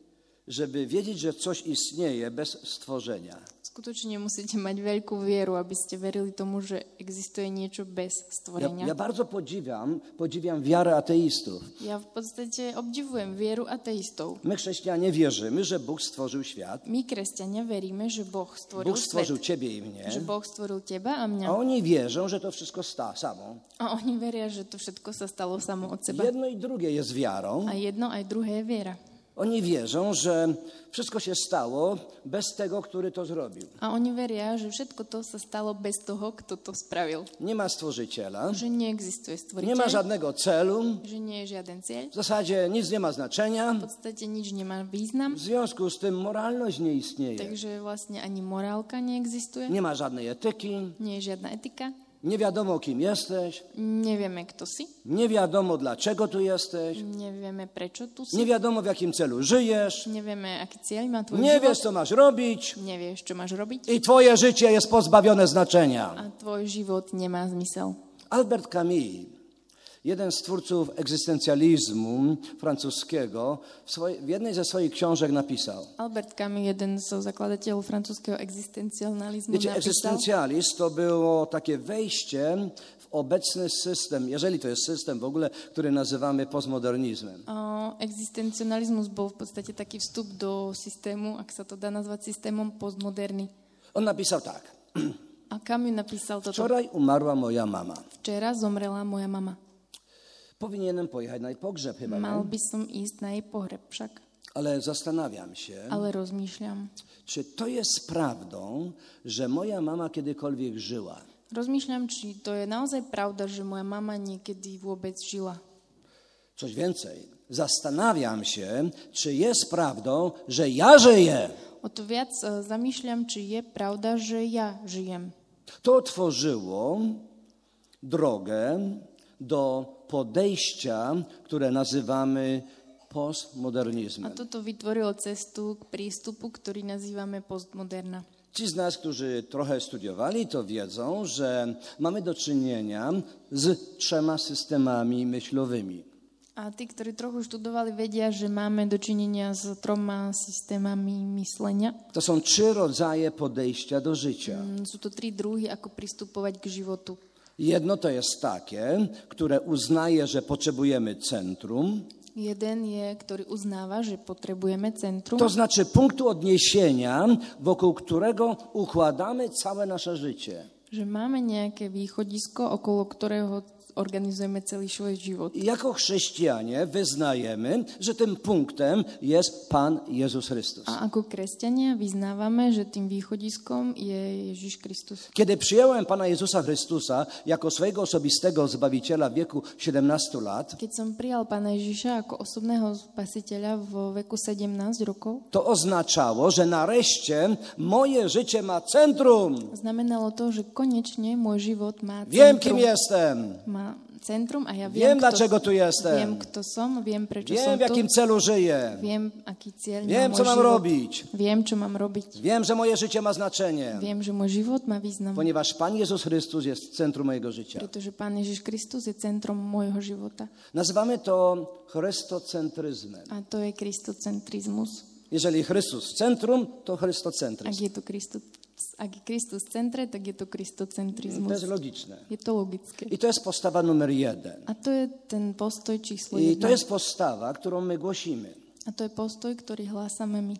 C: żeby wiedzieć, że coś istnieje bez stworzenia.
B: Skutočne musíte mať veľkú vieru, aby ste verili tomu, že existuje niečo bez
C: Ja, ja
B: stvorenia. Ja,
C: bardzo podziwiam, podziwiam wiarę ateistów.
B: v podstate obdivujem vieru ateistov.
C: My, chrześcijanie, wierzymy, že Bóg stworzył świat,
B: My, kresťania, veríme, že Boh stvoril
C: Bóg stworzył
B: svet.
C: Ciebie i
B: Že
C: mnie,
B: Boh stvoril teba a mňa.
C: a oni wierzą, że to wszystko sta, samo.
B: A oni veria, že to všetko sa stalo samo od seba.
C: Jedno i drugie jest wiarą.
B: A jedno aj druhé je viera.
C: Oni wierzą, że wszystko się stało bez tego, który to zrobił.
B: A oni veria, že všetko to sa stalo bez toho, kto to spravil.
C: Nie ma stworzyciela,
B: Že neexistuje
C: nie ma
B: stvoriteľ,
C: żadnego celu,
B: že nie je žiaden cieľ,
C: w zasadzie nic nie ma
B: v
C: znaczenia,
B: podstate nič nemá
C: w
B: význam,
C: związku z tym moralność nie istnieje.
B: takže vlastne ani morálka neexistuje,
C: Nie ma żadnej etyki,
B: nie je žiadna etika,
C: nie wiadomo kim jesteś,
B: nevieme, kto si,
C: nie wiadomo dlaczego tu jesteś,
B: nevieme, prečo tu si,
C: nie wiadomo w jakim celu żyjesz,
B: nevieme, aký cieľ má tvoj
C: nie wiesz
B: život,
C: co masz robić
B: nevieš, čo máš robiť
C: i twoje życie jest pozbawione znaczenia.
B: a tvoj život nemá zmysel.
C: Albert Camus Jeden z twórców egzystencjalizmu francuskiego w, swojej, w jednej ze swoich książek napisał.
B: Albert Camus, jeden zo zakladateľov francúzského existencjonalizmu,
C: Wiecie,
B: napísal,
C: egzystencjalizm to było takie wejście w obecny system, jeżeli to jest system w ogóle, który nazywamy postmodernizmem.
B: O, Existencionalizmus bol v podstate taký vstup do systému, ak sa to dá nazvať systémom postmoderný.
C: On napisał tak.
B: A Camus napísal toto.
C: Wczoraj umarła moja mama.
B: Včera zomrela moja mama.
C: Powinienem pojechać na jej pogrzeb chyba, nie?
B: Mal by som ísť na jej pohreb však,
C: ale zastanawiam się,
B: ale rozmýšľam.
C: czy to jest prawdą, że moja mama kiedykolwiek żyła.
B: Rozmýšľam, či to je naozaj pravda, že moja mama niekedy vôbec žila.
C: Coś więcej, zastanawiam się, czy jest prawdą, że ja żyję.
B: O to viac e, zamýšľam, či je pravda, že ja žijem.
C: To otworzyło drogę do podejścia, które nazywamy
B: A
C: postmodernizmem.
B: toto vytvorilo cestu k prístupu, ktorý nazývame postmoderna.
C: Ci z nas, którzy trochę studiowali, to wiedzą, że mamy do czynienia z trzema systemami myślowymi.
B: A tí, ktorí trochu študovali, vedia, že máme dočinenia s troma systémami myslenia.
C: To są trzy rodzaje podejścia do życia.
B: Mm, Sú to tri druhy, ako pristupovať k životu.
C: Jedno to jest takie, które uznaje, że potrzebujemy centrum,
B: Jeden je, ktorý uznáva, že potrebujeme centrum.
C: to znaczy punktu odniesienia, wokół którego układamy całe nasze życie.
B: Že máme nejaké východisko, okolo ktorého organizujeme celý svoj život.
C: I jako chrześcijanie wyznajemy, że tym punktem jest Pan Jezus Chrystus.
B: A ako kresťania vyznávame, že tým východiskom je Ježiš Kristus.
C: Kiedy przyjąłem Pana Jezusa Chrystusa jako swojego osobistego Zbawiciela w wieku 17 lat,
B: Keď som prijal Pána Ježiša ako osobného spasiteľa vo veku 17 rokov,
C: to oznaczało, że nareszcie moje życie ma centrum.
B: znamenalo to, že konečne môj život má
C: Wiem, kim
B: centrum.
C: jestem.
B: Má centrum a ja
C: Wiem,
B: viem,
C: dlaczego
B: kto,
C: tu jestem.
B: Viem, kto som, viem, prečo som
C: Wiem, w
B: tu.
C: jakim celu żyję.
B: Viem, aký cieľ
C: Viem,
B: má môj
C: co mám
B: život.
C: robiť.
B: Viem, čo mám robiť.
C: Wiem, że moje życie ma znaczenie,
B: Viem, že môj život má význam,
C: ponieważ Pan Jezus Chrystus jest centrum mojego życia.
B: pretože Pán Ježiš Kristus je centrom môjho života.
C: Nazywamy to chrystocentryzmem.
B: A to je kristocentrizmus.
C: Jeżeli Chrystus centrum, to
B: Ak
C: chrystocentryzm.
B: je to Kristus, ak je Kristus v centre, tak je to
C: To jest
B: kristocentrizmus.
C: logiczne.
B: Je to logické.
C: I to jest postawa numer jeden.
B: A to je ten postoj číslo
C: I to
B: jedna.
C: jest postawa, którą my głosimy.
B: A to je postoj, ktorý hlásame my.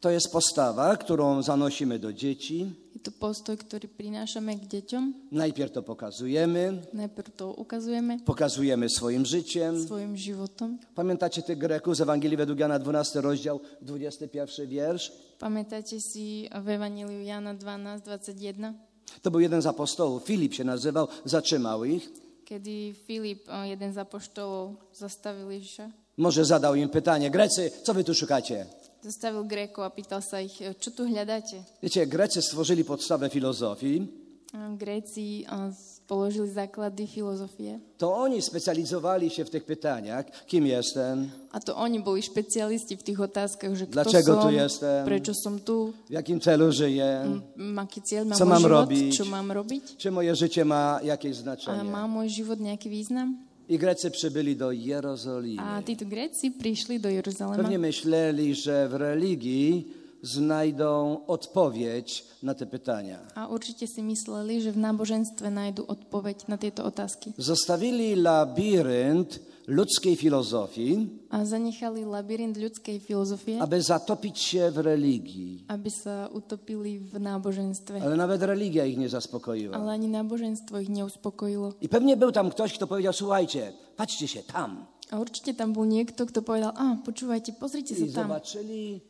C: To jest postawa, którą zanosimy do dzieci.
B: Je to postoj, ktorý prinášame k deťom.
C: Najpierw to pokazujemy,
B: Najprv to ukazujeme
C: pokazujemy swoim życiem.
B: svojim životom.
C: Pamiętacie tych Greków z Ewangelii według Jana 12 rozdział, 21 wiersz?
B: Pamätáte si v Evangeliu Jana 12, 21,
C: To był jeden z apostołów, Filip się nazywał, zatrzymał ich.
B: kedy Filip, o, jeden z apoštolov, zastavil Ježiša.
C: Może zadał im pytanie, Grecy, co wy tu szukacie?
B: Zastavil Grékov a pýtal sa ich, "E, čo tu hľadáte?
C: Wiecie, Grecy stworzyli podstawę filozofii,
B: A Gréci o, s- položili základy filozofie.
C: to oni specjalizowali się w tych pytaniach, kim jestem,
B: A to oni boli špecialisti v tých otázkach, že kto
C: Dlaczego
B: som,
C: tu jestem?
B: prečo som tu,
C: w jakim celu żyję,
B: m, aký cieľ má
C: Co
B: môj
C: mám
B: život,
C: robiť?
B: čo mám robiť.
C: czy moje życie ma jakieś
B: A
C: znaczenie.
B: má môj život nejaký význam?
C: I Grecy przybyli do Jerozolimy.
B: A títo Gréci prišli do Jeruzalema.
C: Pewnie myśleli, że w religii znajdą odpowiedź na te pytania.
B: A určite si mysleli, že v náboženstve nájdu odpoveď na tieto otázky.
C: Zostawili labirynt ludzkiej filozofii,
B: A zanechali labyrint ľudskej filozofie,
C: aby zatopić się w religii.
B: aby sa utopili v náboženstve.
C: Ale nawet religia ich nie zaspokoiła.
B: Ale ani náboženstvo ich neuspokojilo.
C: I pewnie był tam ktoś, kto powiedział, słuchajcie, patrzcie się tam.
B: A určite tam bol niekto, kto povedal, a počúvajte, pozrite sa
C: I
B: tam.
C: zobaczyli,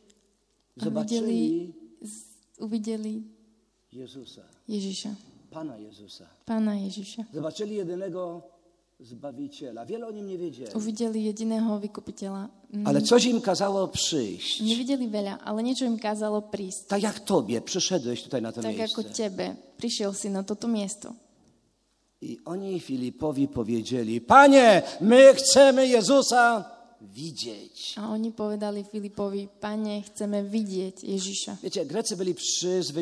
B: A
C: zobaczyli
B: uvideli
C: Jezusa,
B: Ježiša,
C: Pana Jezusa.
B: pána Ježiša.
C: Zobaczyli jedynego Zbawiciela. Wiele o nim nie wiedzieli.
B: Uvideli jediného vykupiteľa. Mm,
C: Ale coś im kazało przyjść.
B: Nevideli veľa, ale niečo im kázalo prísť.
C: Tak jak tobie przyszedłeś tutaj na to
B: Tak
C: miejsce.
B: ako tebe, prišiel si na toto miesto.
C: I oni Filipowi powiedzieli, Panie, my chcemy Jezusa. widzieć.
B: A oni povedali Filipovi, pane, chceme vidieť Ježiša.
C: Wiecie, Grecy byli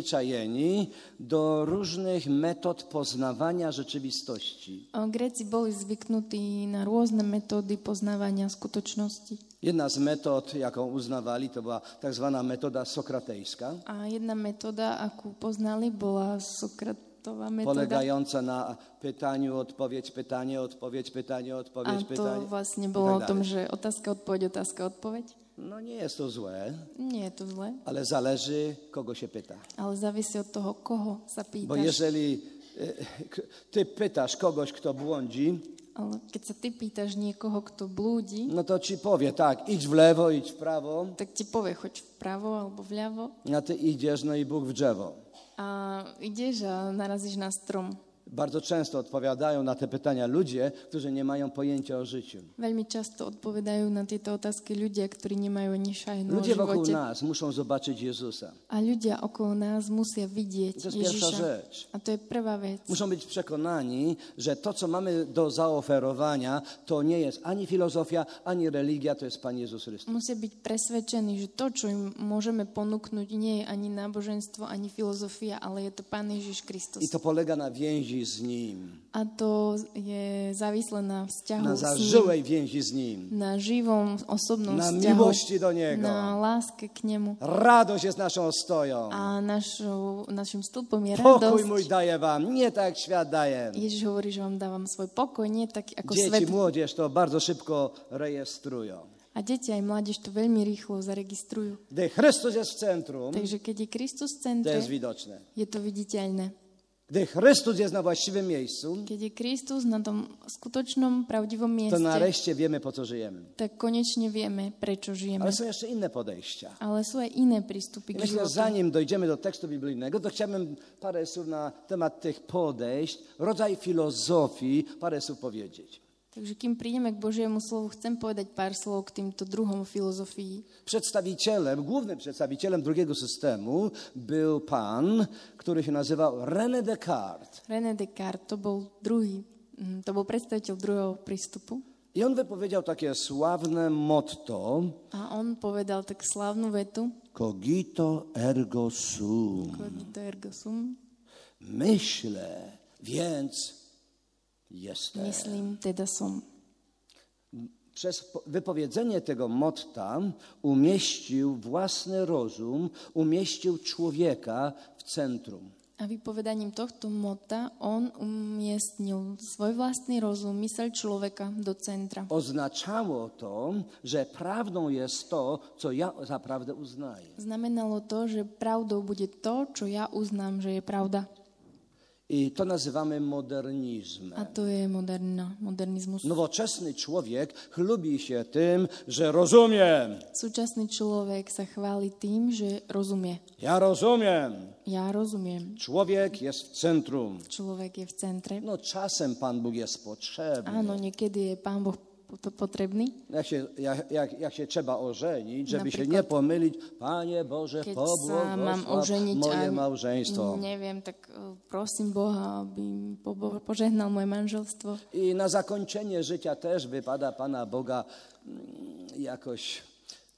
C: przyzwyczajeni do różnych metod poznawania rzeczywistości.
B: O, Gréci boli zvyknutí na rôzne metódy poznávania skutočnosti.
C: Jedna z metod, jaką uznawali, to była tak zwana metoda sokratejska,
B: A jedna metóda, akú poznali, bola Sokratová metóda.
C: polegająca na pytaniu, odpowiedź, pytanie, odpowiedź, pytanie,
B: A
C: odpowiedź, pytanie.
B: to vlastne
C: i
B: bolo o
C: tak
B: tom,
C: dalej.
B: že otázka, odpoveď, otázka, odpoveď.
C: No nie jest to złe,
B: Nie je to zlé,
C: ale zależy, kogo się pyta.
B: ale závisí od toho, koho sa
C: Bo
B: pýtaš.
C: jeżeli e, k- ty pytasz kogoś, kto błądzi,
B: Ale keď sa ty pýtaš niekoho, kto blúdi,
C: no to ci powie tak, idź w lewo, idź w prawo,
B: tak ti povie, choď vpravo alebo vľavo
C: a ty idziesz, no i Bóg w drzewo.
B: a ideš a narazíš na strom.
C: Bardzo często odpowiadają na te pytania ludzie, którzy nie mają pojęcia o życiu.
B: Veľmi často odpovedajú na tieto otázky ľudia, ktorí nemajú ani šajnu o
C: Ludzie wokół
B: živote.
C: nas muszą zobaczyć Jezusa.
B: A ľudia okolo nás musia vidieť
C: To je pierwsza
B: Ježiša.
C: rzecz.
B: A to je prvá vec.
C: Muszą być przekonani, że to, co mamy do zaoferowania, to nie jest ani filozofia, ani religia, to jest Pan Jezus Chrystus.
B: Musia byť presvedčení, že to, čo im môžeme ponúknuť, nie je ani náboženstvo, ani filozofia, ale je to Pán Ježiš Kristus.
C: I to polega na więzi z Nim,
B: A to je závislé na vzťahu
C: na
B: s ním,
C: zażyłej więzi z Nim.
B: na živom osobnom
C: Na
B: vzťahu,
C: miłości do Niego.
B: na láske k nemu.
C: Radość jest naszą ostoją.
B: A našou, našim stĺpom je
C: Pokój
B: radosť.
C: mój daję wam, nie tak jak świat daje.
B: Ježiš hovorí, že vám dávam svoj pokoj, nie tak ako svet.
C: Dzieci, młodzież to bardzo szybko rejestrują.
B: A deti aj mládež to veľmi rýchlo zaregistrujú.
C: Gdy Chrystus jest w centrum,
B: Takže keď je Kristus v
C: to
B: centre,
C: jest widoczne.
B: je to viditeľné.
C: Gdy Chrystus jest na właściwym miejscu,
B: Keď je Kristus na tom skutočnom, pravdivom
C: to
B: mieste,
C: nareszcie wiemy, po co żyjemy.
B: tak konečne vieme, prečo žijeme.
C: Ale są jeszcze inne podejścia.
B: Ale sú aj iné prístupy
C: I
B: k
C: myślę,
B: životu.
C: zanim dojdziemy do tekstu biblijnego, to chciałbym parę słów na temat tych podejść, rodzaj filozofii, parę słów powiedzieć.
B: Takže kým prídeme k Božiemu slovu, chcem povedať pár slov k týmto druhom filozofií.
C: Przedstawicielem, głównym przedstawicielem drugiego systemu był pan, który się nazywał René Descartes.
B: René Descartes, to bol druhý, mm, to bol predstaviteľ druhého prístupu.
C: I on wypowiedział takie sławne motto
B: A on povedal tak slávnu vetu,
C: cogito ergo sum.
B: cogito ergo sum,
C: Myślę, więc jestem.
B: myslím, teda som.
C: Przez po- wypowiedzenie tego motta umieścił własny rozum, umieścił człowieka w centrum.
B: A vypovedaním tohto mota on umiestnil svoj vlastný rozum, myseľ človeka do centra.
C: Oznaczało to, że prawdą jest to, co ja za prawdę uznaję.
B: Znamenalo to, že pravdou bude to, čo ja uznám, že je pravda.
C: I to nazywamy modernizmem.
B: A to je moderna, modernizmus.
C: No Nowoczesny człowiek chlubi się tym, że rozumiem,
B: Súčasný človek sa chváli tým, že rozumie.
C: ja rozumiem.
B: Ja rozumiem.
C: Człowiek jest w centrum.
B: Človek je v centre.
C: No czasem Pan Bóg jest potrzebny.
B: Áno, niekedy je Pán Boh pot- potrebný.
C: Jak się, jak, jak, jak się trzeba ożenić, żeby
B: Na
C: się
B: przykład-
C: nie pomylić, Panie Boże,
B: Keď sa mám
C: pobłogosław
B: oženiť
C: moje
B: a
C: małżeństwo.
B: neviem, tak eh, prosím Boha, aby mi pobo- požehnal moje manželstvo.
C: I na zakończenie życia też wypada Pana Boga mm, jakoś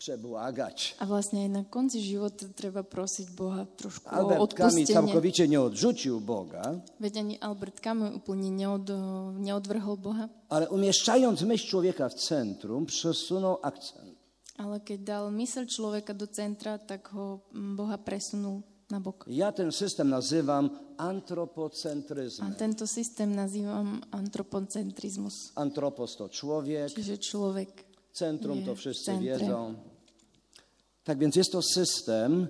C: przebłagać.
B: A vlastne aj na konci života treba prosiť Boha trošku o
C: Albert Camus
B: odpustenie.
C: całkowicie nie odrzucił Boga,
B: Veď ani Albert Camus úplne neod, neodvrhol Boha,
C: ale umieszczając myśl człowieka w centrum, przesunął akcent.
B: ale keď dal mysel človeka do centra, tak ho mm, Boha presunul na bok.
C: Ja ten system nazywam
B: A
C: antropocentryzmem.
B: tento systém nazývam antropocentrizmus,
C: Antropos to człowiek,
B: čiže človek.
C: Centrum to
B: Nie,
C: wszyscy
B: centrum.
C: wiedzą. Tak więc jest to system,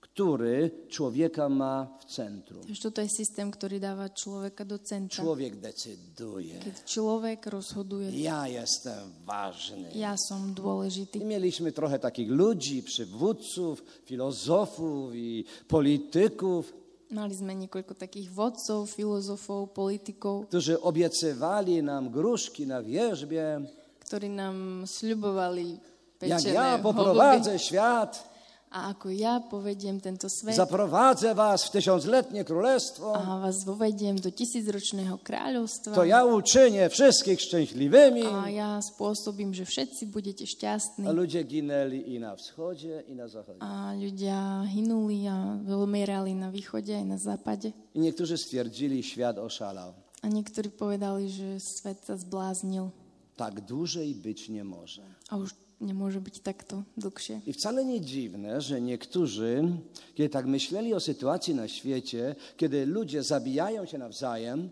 C: który człowieka ma w centrum.
B: Takže toto je systém, ktorý dáva človeka do centra.
C: Człowiek decyduje.
B: Keď človek rozhoduje,
C: Ja jestem ważny.
B: ja som
C: I
B: dôležitý.
C: mieliśmy trochę takich ludzi, przywódców, filozofów i polityków,
B: Mali sme niekoľko takých vodcov, filozofov, politikov,
C: którzy obiecywali nam gruszki na wierzbie.
B: ktorí nám sľubovali
C: Jak
B: pečené
C: ja
B: holuby.
C: poprowadzę świat,
B: a ako ja povediem tento svet
C: zaprowadzę was w tysiącletnie królestwo,
B: a vás vovediem do tisícročného kráľovstva
C: to ja uczynię wszystkich szczęśliwymi.
B: a ja spôsobím, že všetci budete
C: A
B: šťastní.
C: ludzie ginęli i na wschodzie, i na zachodzie.
B: A ľudia hynuli a vymierali na východe aj na západe.
C: I niektórzy stwierdzili, świat oszalał.
B: A niektorí povedali, že svet sa zbláznil
C: Tak dłużej być nie może.
B: a už nemôže byť takto dlhšie.
C: I wcale nie dziwne, że niektórzy, kiedy tak myśleli o sytuacji na świecie, kiedy ludzie zabijają się nawzajem,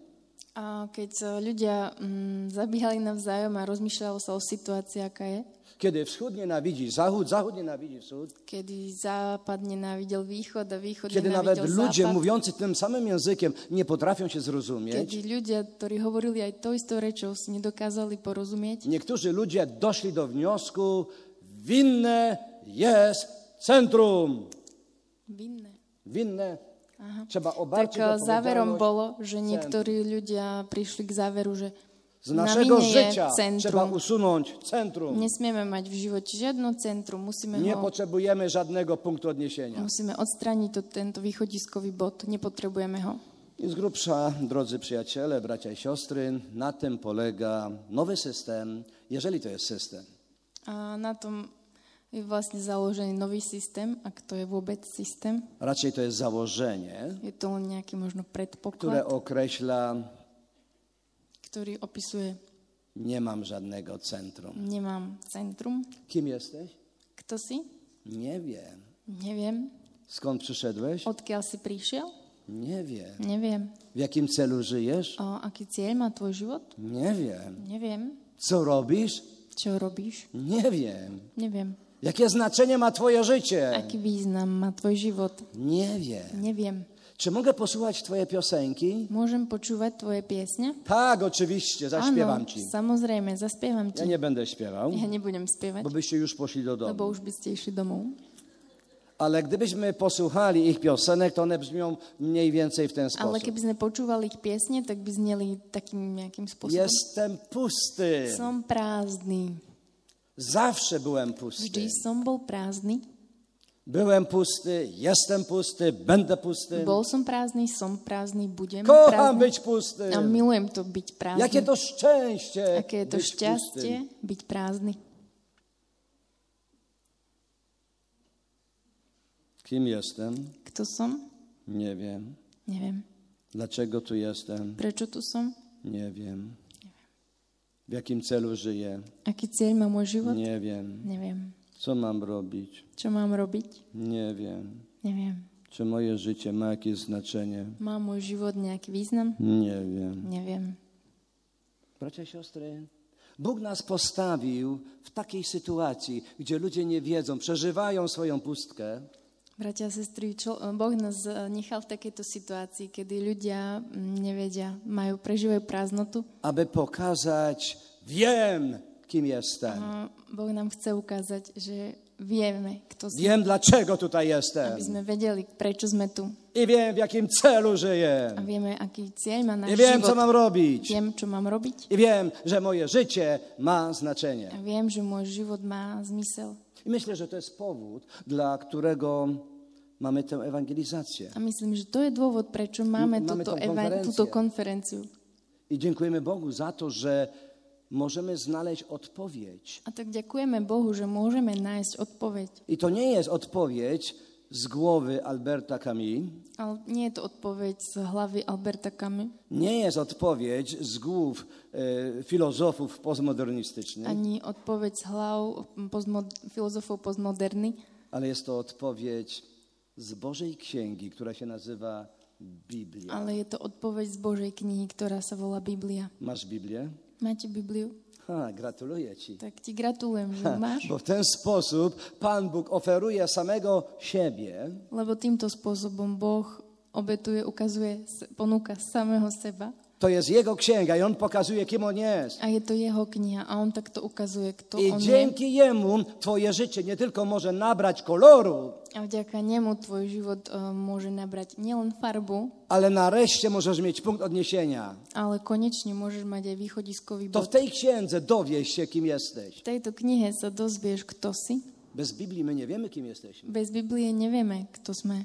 B: A keď sa ľudia mm, zabíjali navzájom a rozmýšľalo sa o situácii, aká je,
C: kiedy wschód nienawidzi zachód, zachód nienawidzi wschód,
B: kedy západ nenávidel východ a východ
C: kiedy nawet
B: nenávidel
C: ludzie
B: západ,
C: mówiący tym samym językiem nie potrafią się zrozumieć,
B: kedy ľudia, ktorí hovorili aj to istou rečou, si nedokázali porozumieť,
C: niektórzy ludzie doszli do wniosku, winne jest centrum.
B: vinné.
C: Winne. Trzeba
B: Tak
C: obarczyć
B: eh, záverom
C: odpowiedzialność.
B: bolo, že niektorí ľudia prišli k záveru, že
C: Z
B: na
C: naszego
B: vine je
C: życia trzeba
B: centrum.
C: usunąć centrum.
B: Nesmieme mať v živote žiadno centrum, musíme
C: Nie
B: ho
C: potrzebujemy żadnego punktu odniesienia.
B: Musíme odstrániť to, tento východiskový bod, nepotrebujemy ho.
C: I z grubsza, drodzy przyjaciele, bracia i siostry, na tym polega nowy system, jeżeli to jest system.
B: A na tom je vlastne založený nový systém, ak to je vôbec systém.
C: Raczej to jest założenie,
B: Je to len nejaký možno
C: które
B: predpoklad,
C: określa
B: ktorý opisuje
C: nie mam żadnego centrum.
B: nemám centrum.
C: Kim jesteś?
B: Kto si?
C: Nie wiem.
B: Neviem.
C: Skąd przyszedłeś?
B: Odkiaľ si prišiel?
C: Nie wiem.
B: Neviem.
C: W jakim celu żyjesz?
B: O, aký cieľ má tvoj život?
C: Nie wiem.
B: Neviem.
C: Co robisz?
B: Čo robíš?
C: Nie wiem.
B: Neviem.
C: Jakie znaczenie ma twoje życie?
B: Aký význam má tvoj život?
C: Nie wiem.
B: Neviem.
C: Czy mogę posłuchać twoje piosenki?
B: Môžem počúvať tvoje piesne?
C: Tak, oczywiście, zaśpiewam
B: Áno,
C: ci.
B: samozrejme, zaspievam
C: Ja No,
B: ti.
C: nie będę śpiewał,
B: Ja nebudem spievať,
C: bo byście już poszli do
B: lebo
C: domu.
B: už by ste išli domov.
C: Ale gdybyśmy posłuchali ich piosenek, to one brzmią mniej więcej w
B: Ale
C: ten sposób.
B: keby sme počúvali ich piesne, tak by zneli takým nejakým spôsobom.
C: Jestem pusty.
B: Som prázdny.
C: Zawsze byłem pusty.
B: Vždy som bol prázdny.
C: Byłem pusty, jestem pusty, będę pusty.
B: Bol som prázdny, som prázdny, budem
C: Kocham
B: prázdny.
C: być pusty.
B: A milujem to byť
C: Jakie
B: prázdny.
C: to szczęście.
B: Aké je to
C: być pustym.
B: šťastie byť prázdny.
C: Kim jestem?
B: Kto som?
C: Nie wiem.
B: Neviem.
C: Dlaczego tu jestem?
B: Prečo tu som?
C: Nie wiem. W jakim celu żyję?
B: Aký cieľ má môj život?
C: Nie wiem.
B: Neviem.
C: Co mam robić?
B: Čo mám robiť?
C: Nie wiem.
B: Neviem.
C: Czy moje życie ma jakieś znaczenie?
B: Má môj život nejaký význam?
C: Nie wiem.
B: Neviem.
C: Bracia i siostry, Bóg nas postawił w takiej sytuacji, gdzie ludzie nie wiedzą, przeżywają swoją pustkę.
B: Bratia a sestry, čo, Boh nás eh, nechal v takejto situácii, kedy ľudia mm, nevedia, majú, prežívajú prázdnotu.
C: aby pokazać, wiem, kim jestem.
B: A Boh nám chce ukázať, że wiemy, kto sme,
C: Wiem, dlaczego tutaj
B: aby
C: jestem.
B: sme vedeli, prečo sme tu.
C: I wiem, w jakim celu żyję.
B: A vieme, aký cieľ má náš
C: I wiem,
B: život.
C: co mam robić.
B: Viem, čo mám robiť.
C: I wiem, że moje życie ma
B: A
C: znaczenie.
B: viem, že môj život má zmysel.
C: I myślę, że to jest powód, dla którego mamy tę ewangelizację.
B: A myslím, že to je dôvod, prečo máme,
C: Máme
B: túto,
C: tam
B: eva-
C: konferenciu.
B: túto konferenciu.
C: I dziękujemy Bogu za to, że możemy znaleźć odpowiedź.
B: A tak ďakujeme Bohu, že môžeme nájsť odpoveď.
C: I to nie jest odpowiedź z głowy Alberta Camus,
B: Ale nie je to odpoveď z hlavy Alberta Camus.
C: nie jest odpowiedź z głów e, filozofów postmodernistycznych.
B: ani odpoveď z hlav postmod- filozofov postmoderny,
C: Ale jest to odpowiedź z Bożej Księgi, która się nazywa Biblia.
B: ale je to odpoveď z Božej knihy, ktorá sa volá Biblia.
C: Masz Biblię?
B: Máte Bibliu?
C: Ha, gratuluję Ci.
B: Tak ti gratulujem, že ju máš,
C: Bo w ten sposób Pan Bóg oferuje samego siebie
B: lebo týmto spôsobom Boh obetuje, ukazuje, s- ponúka samého seba
C: To jest jego księga i on pokazuje, kim on jest.
B: a je to jeho kniha a on takto ukazuje, kto
C: I
B: on je
C: dzięki jemu twoje życie nie tylko może nabrać koloru,
B: a vďaka nemu tvoj život eh, môže nabrať nielen farbu,
C: ale nareszcie możesz mieć punkt odniesienia.
B: ale konečne môžeš mať aj východiskový
C: To w
B: bod.
C: tej księdze dowiesz się, kim jesteś.
B: V tejto knihe sa dozvieš, kto si,
C: Bez Biblii my nie wiemy, kim jesteśmy.
B: Bez Biblie nevieme, kto sme.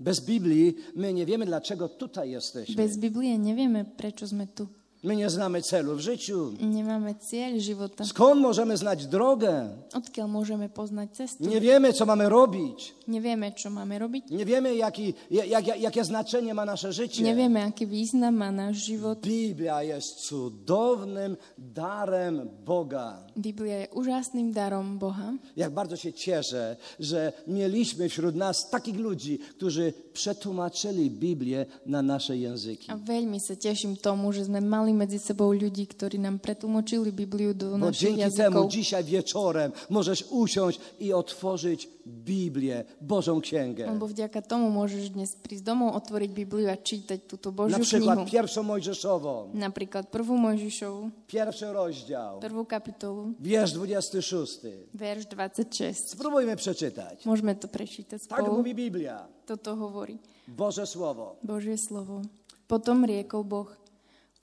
C: Bez Biblii my nie wiemy, dlaczego tutaj jesteśmy.
B: Bez Biblie nevieme, prečo sme tu.
C: My nie znamy celu w życiu.
B: Nemáme cieľ života.
C: Skąd możemy znać drogę?
B: Odkiaľ môžeme poznať cestu?
C: Nie wiemy, co mamy robić.
B: Nevieme, čo máme robiť.
C: Nie wiemy, jaki, jak, jak, jakie znaczenie ma nasze życie.
B: Nevieme, aký význam má náš život.
C: Biblia jest cudownym darem Boga.
B: Biblia je úžasným darom Boha.
C: Jak bardzo się cieszę, że mieliśmy wśród nas takich ludzi, którzy przetłumaczyli Biblię na nasze języki.
B: A veľmi sa teším tomu, že sme mali medzi sebou ľudí, ktorí nám pretlmočili Bibliu do
C: Bo
B: našich
C: No, dzięki temu
B: jazykov.
C: dzisiaj wieczorem możesz usiąść i otworzyć Biblię, Bożą Księgę.
B: Lebo vďaka tomu môžeš dnes prísť domov, otvoriť Bibliu a čítať túto
C: Na
B: Božiu
C: przykład
B: knihu.
C: pierwszą Mojżeszową,
B: Napríklad prvú Mojžišovu,
C: pierwszy rozdział,
B: prvú kapitolu,
C: wiersz 26.
B: verš 26.
C: Spróbujmy przeczytać.
B: Môžeme to prečítať
C: Tak
B: spolu.
C: mówi Biblia,
B: Toto hovorí.
C: Boże Słowo.
B: Božie slovo. Potom riekol Boh,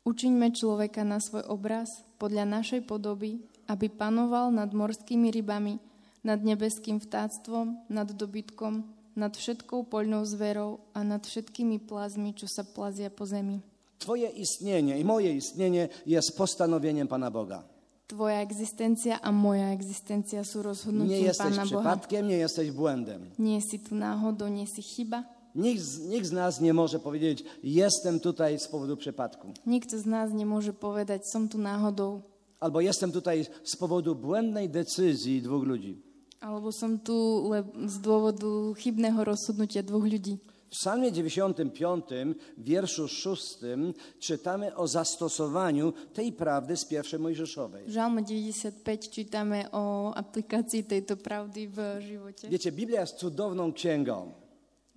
B: učiňme človeka na svoj obraz podľa našej podoby, aby panoval nad morskými rybami, nad nebeským vtáctvom, nad dobytkom, nad všetkou poľnou zverou a nad všetkými plazmi, čo sa plazia po zemi.
C: Twoje istnienie i moje istnienie jest postanowieniem Pana Boga.
B: Tvoja existencia a moja existencia sú
C: Nie
B: rozhodnutím
C: jesteś
B: Pána Boha.
C: przypadkiem, nie jesteś błędem.
B: Nie si tu náhodou, nie si chyba.
C: Nikt, z- nikt z nas nie może powiedzieć, jestem tutaj z powodu przypadku,
B: Nikto z nás nemôže povedať, som tu náhodou,
C: albo jestem tutaj z powodu błędnej decyzji dwóch ludzi.
B: Alebo som tu le- z dôvodu chybného rozhodnutia dvoch ľudí.
C: W Psalmie 95, wierszu 6 czytamy o zastosowaniu tej prawdy z pierwszej Mojżeszowej.
B: V Žalme 95 čítame o aplikácii tejto pravdy v živote.
C: Wiecie, Biblia jest cudowną księgą.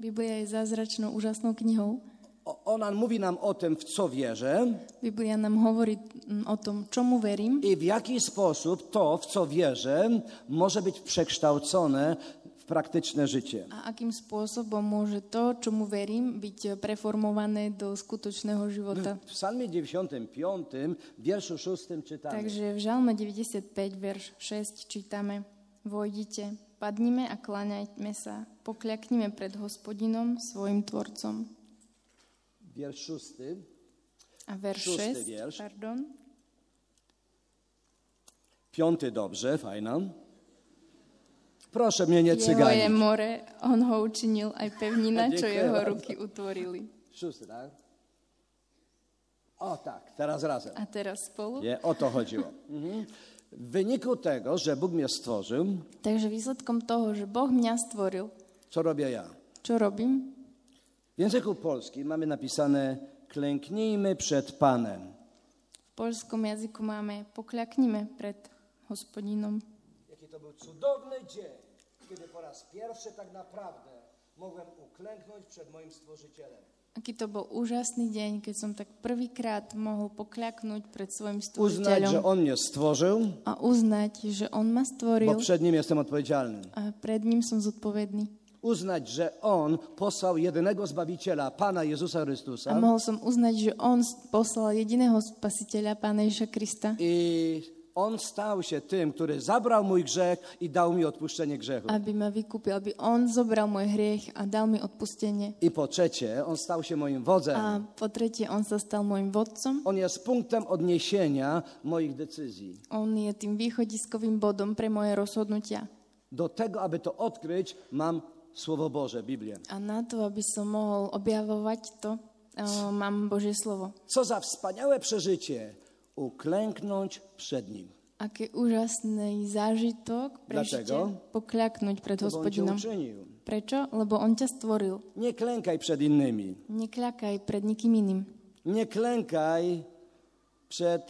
B: Biblia je zázračnou, úžasnou knihou.
C: O- Ona mówi nam o tym, w co wierzę
B: Biblia nám hovorí mm, o tom, čomu verím
C: i w jaki sposób to, w co wierzę, może być przekształcone w praktyczne życie.
B: a akým spôsobom môže to, čomu verím, byť eh, preformované do skutočného života.
C: W Psalmie 95, wierszu 6 czytamy.
B: Takže v Žalme 95, verš 6 čítame Vojdite, padnime a kláňajme sa, pokľaknime pred hospodinom, svojim tvorcom.
C: Wiersz 6.
B: A verš
C: Šestý
B: 6,
C: vierš.
B: pardon.
C: Piąty dobrze, fajna. Proszę mnie nie
B: Jeho je
C: cyganić.
B: more, on ho učinil aj pevnina, čo
C: Ďakujem
B: jeho
C: vám.
B: ruky utvorili.
C: Szósty, tak? O tak, teraz razem.
B: A teraz spolu.
C: Nie, o to chodziło. Mhm. W wyniku tego, że Bóg mnie stworzył,
B: Takže výsledkom toho, že Boh mňa stvoril,
C: co robię ja?
B: čo robím?
C: W języku polskim mamy napisane klęknijmy przed Panem.
B: V polskom jazyku máme pokľaknime pred hospodinom.
C: Jaki to był cudowny dzień, kiedy po raz pierwszy tak naprawdę mogłem uklęknąć przed moim Stworzycielem.
B: Aký to bol úžasný deň, keď som tak prvýkrát mohol pokľaknúť pred svojim
C: Uznać, że
B: stvoriteľom
C: On mnie stworzył,
B: a uznať, že on ma
C: bo
B: stvoril
C: przed Nim jestem odpowiedzialny.
B: a pred ním som zodpovedný.
C: uznać, że On posłał jedynego Zbawiciela, Pana
B: A
C: Jezusa Chrystusa
B: mohol som uznať, že on poslal jediného spasiteľa, Pána Ježiša Krista.
C: i On stał się tym, który zabrał mój grzech i dał mi odpuszczenie grzechu.
B: aby ma vykúpil, aby on zobral môj hriech a dal mi odpustenie.
C: I po trzecie, On stał się moim wodzem.
B: A po tretie, on sa stal môjim vodcom.
C: On jest punktem odniesienia moich decyzji.
B: On je tým východiskovým bodom pre moje rozhodnutia.
C: Do tego, aby to odkryć, mam Słowo Boże, Biblię.
B: A na to, aby som mohol objavovať to, e, mám Božie slovo.
C: Co za wspaniałe przeżycie uklęknąć przed Nim.
B: Aký úžasný zážitok prežite
C: Dlaczego?
B: pokľaknúť pred
C: To On Cię
B: hospodinom.
C: uczynił.
B: Prečo? Lebo on ťa stvoril.
C: Nie klękaj przed innymi.
B: Nekľakaj pred nikým iným.
C: Nie klękaj przed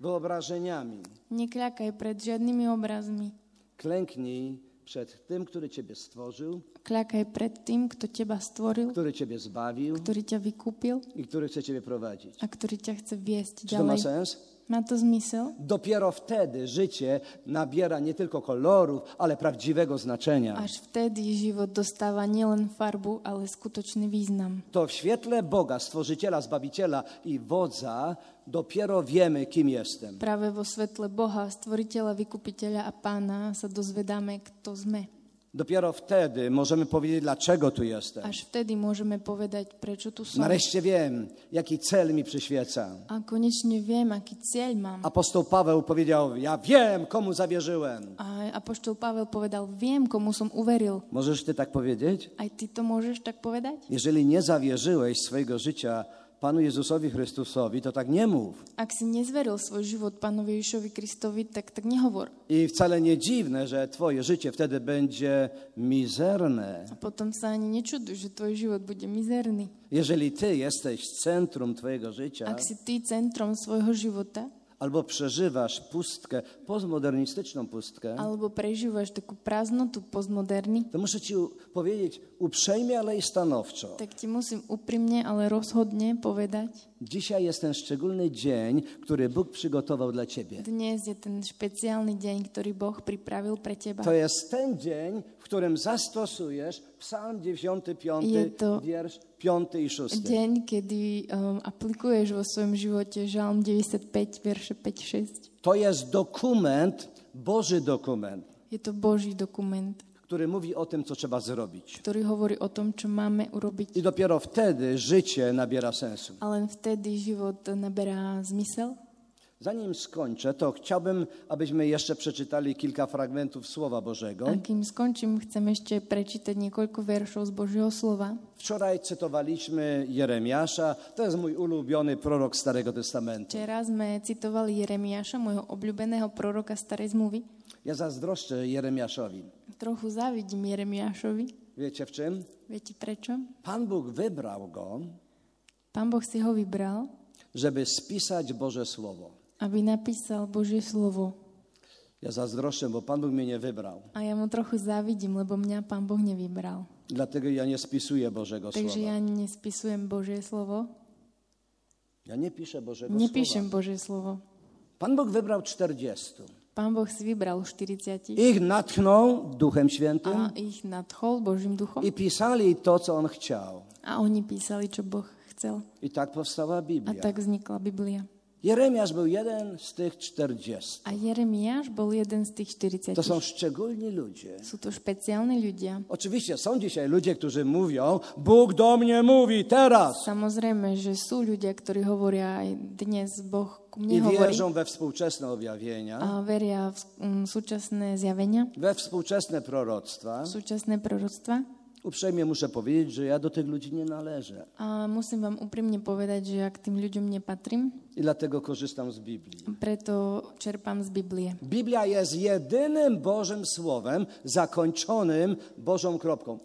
C: wyobrażeniami.
B: Nekľakaj pred žiadnymi obrazmi.
C: Klęknij przed tym, który Ciebie stworzył,
B: Kľakaj pred tým, kto teba stvoril,
C: który Ciebie zbawił
B: ktorý ťa vykúpil
C: i który chce Ciebie prowadzić.
B: a ktorý ťa chce viesť
C: Czy to ma
B: ďalej.
C: sens?
B: Má to zmysel?
C: Dopiero wtedy życie nabiera nie tylko kolorów, ale prawdziwego znaczenia.
B: Až vtedy život dostáva nielen farbu, ale skutočný význam.
C: To w świetle Boga, Stworzyciela, Zbawiciela i Wodza dopiero wiemy, kim jestem.
B: Práve vo svetle Boha, stvoriteľa, vykupiteľa a pána sa dozvedáme, kto sme.
C: Dopiero wtedy możemy powiedzieć, dlaczego tu jestem.
B: Až vtedy môžeme povedať, prečo tu som.
C: Nareszcie wiem, jaki cel mi przyświeca.
B: A konečne viem, aký cieľ mám.
C: Apostoł Paweł powiedział: Ja wiem, komu zawierzyłem.
B: A apoštol Pavel povedal, viem, komu som uveril.
C: Możesz ty tak powiedzieć?
B: Aj ty to môžeš tak povedať?
C: Jeżeli nie zawierzyłeś swojego życia Panu Jezusowi Chrystusowi, to tak nie mów.
B: Ak si nezveril svoj život pánovi Ježišovi Kristovi, tak tak nehovor.
C: I wcale nie dziwne, że Twoje życie wtedy będzie mizerne.
B: A potom sa ani nečuduj, že tvoj život bude mizerný.
C: Jeżeli Ty jesteś centrum Twojego życia,
B: Ak si ty centrom svojho života,
C: albo przeżywasz pustkę, postmodernistyczną pustkę,
B: alebo prežívaš takú prázdnotu postmoderný,
C: to muszę Ci u- powiedzieć uprzejmie, ale i stanowczo.
B: tak ti musím úprimne, ale rozhodne povedať,
C: Dzisiaj jest ten szczególny dzień, który Bóg przygotował dla Ciebie.
B: dnes je ten špeciálny deň, ktorý Boh pripravil pre teba.
C: To jest ten dzień, w którym zastosujesz Psalm 95,
B: Je to-
C: wiersz 5 i 6.
B: Deň, kedy um, aplikuješ vo svojom živote Žalm 95, verše 5-6.
C: To jest dokument, Boży dokument,
B: Je to Boží dokument,
C: który mówi o tym, co trzeba zrobić.
B: ktorý hovorí o tom, čo máme urobiť.
C: I dopiero wtedy życie nabiera sensu.
B: A len vtedy život naberá zmysel.
C: Zanim skończę, to chciałbym, abyśmy jeszcze przeczytali kilka fragmentów Słowa Bożego.
B: A kým skončím, chcem ešte prečítať niekoľko veršov z Božieho slova.
C: Wczoraj cytowaliśmy Jeremiasza, to jest mój ulubiony prorok Starego Testamentu.
B: Včera sme citovali Jeremiáša, môjho obľúbeného proroka starej zmluvy.
C: Ja zazdroszczę Jeremiaszowi.
B: Trochu závidím Jeremiášovi.
C: Wiecie w czym?
B: Viete prečo?
C: Pan Bóg wybrał go,
B: Pán Boh si ho vybral,
C: żeby spisać Boże Słowo.
B: aby napísal Božie slovo.
C: Ja zazdroszczę, bo Pan Bóg mnie nie wybrał.
B: A ja mu trochu závidím, lebo mňa pán Boh nevybral.
C: Dlatego ja nie spisuję Bożego
B: Takže
C: Słowa.
B: ja nespisujem Božie slovo.
C: Ja nie piszę Bożego
B: Nepíšem
C: Słowa.
B: Božie slovo.
C: Pan Bóg wybrał 40.
B: Pán Boh si vybral 40
C: Ich natchnął Duchem Świętym
B: a ich nadchol Božím duchom
C: i pisali to, co On chciał.
B: a oni písali, čo Boh chcel.
C: I tak powstała
B: A
C: Biblia.
B: tak vznikla Biblia.
C: Jeremiasz był jeden z tych 40.
B: A Jeremiáš bol jeden z tých
C: To
B: 40.
C: są szczególni ludzie.
B: Sú to špeciálni ľudia.
C: Oczywiście są dzisiaj ludzie, którzy mówią, Bóg do mnie mówi teraz.
B: Samozrejme, že sú ľudia, ktorí hovoria aj dnes, Boh ku
C: I
B: mne hovorí
C: wierzą we współczesne objawienia,
B: a veria v mm, súčasné zjavenia,
C: we współczesne proroctwa.
B: v súčasné proroctva.
C: Uprzejmie muszę powiedzieć, że ja do tych ludzi nie należę.
B: A musím vám úprimne povedať, že ja k tým ľuďom nepatrím,
C: I dlatego korzystam z Biblii.
B: preto čerpám z Biblie.
C: Biblia jest jedynym Bożym Słowem zakończonym Bożą kropką.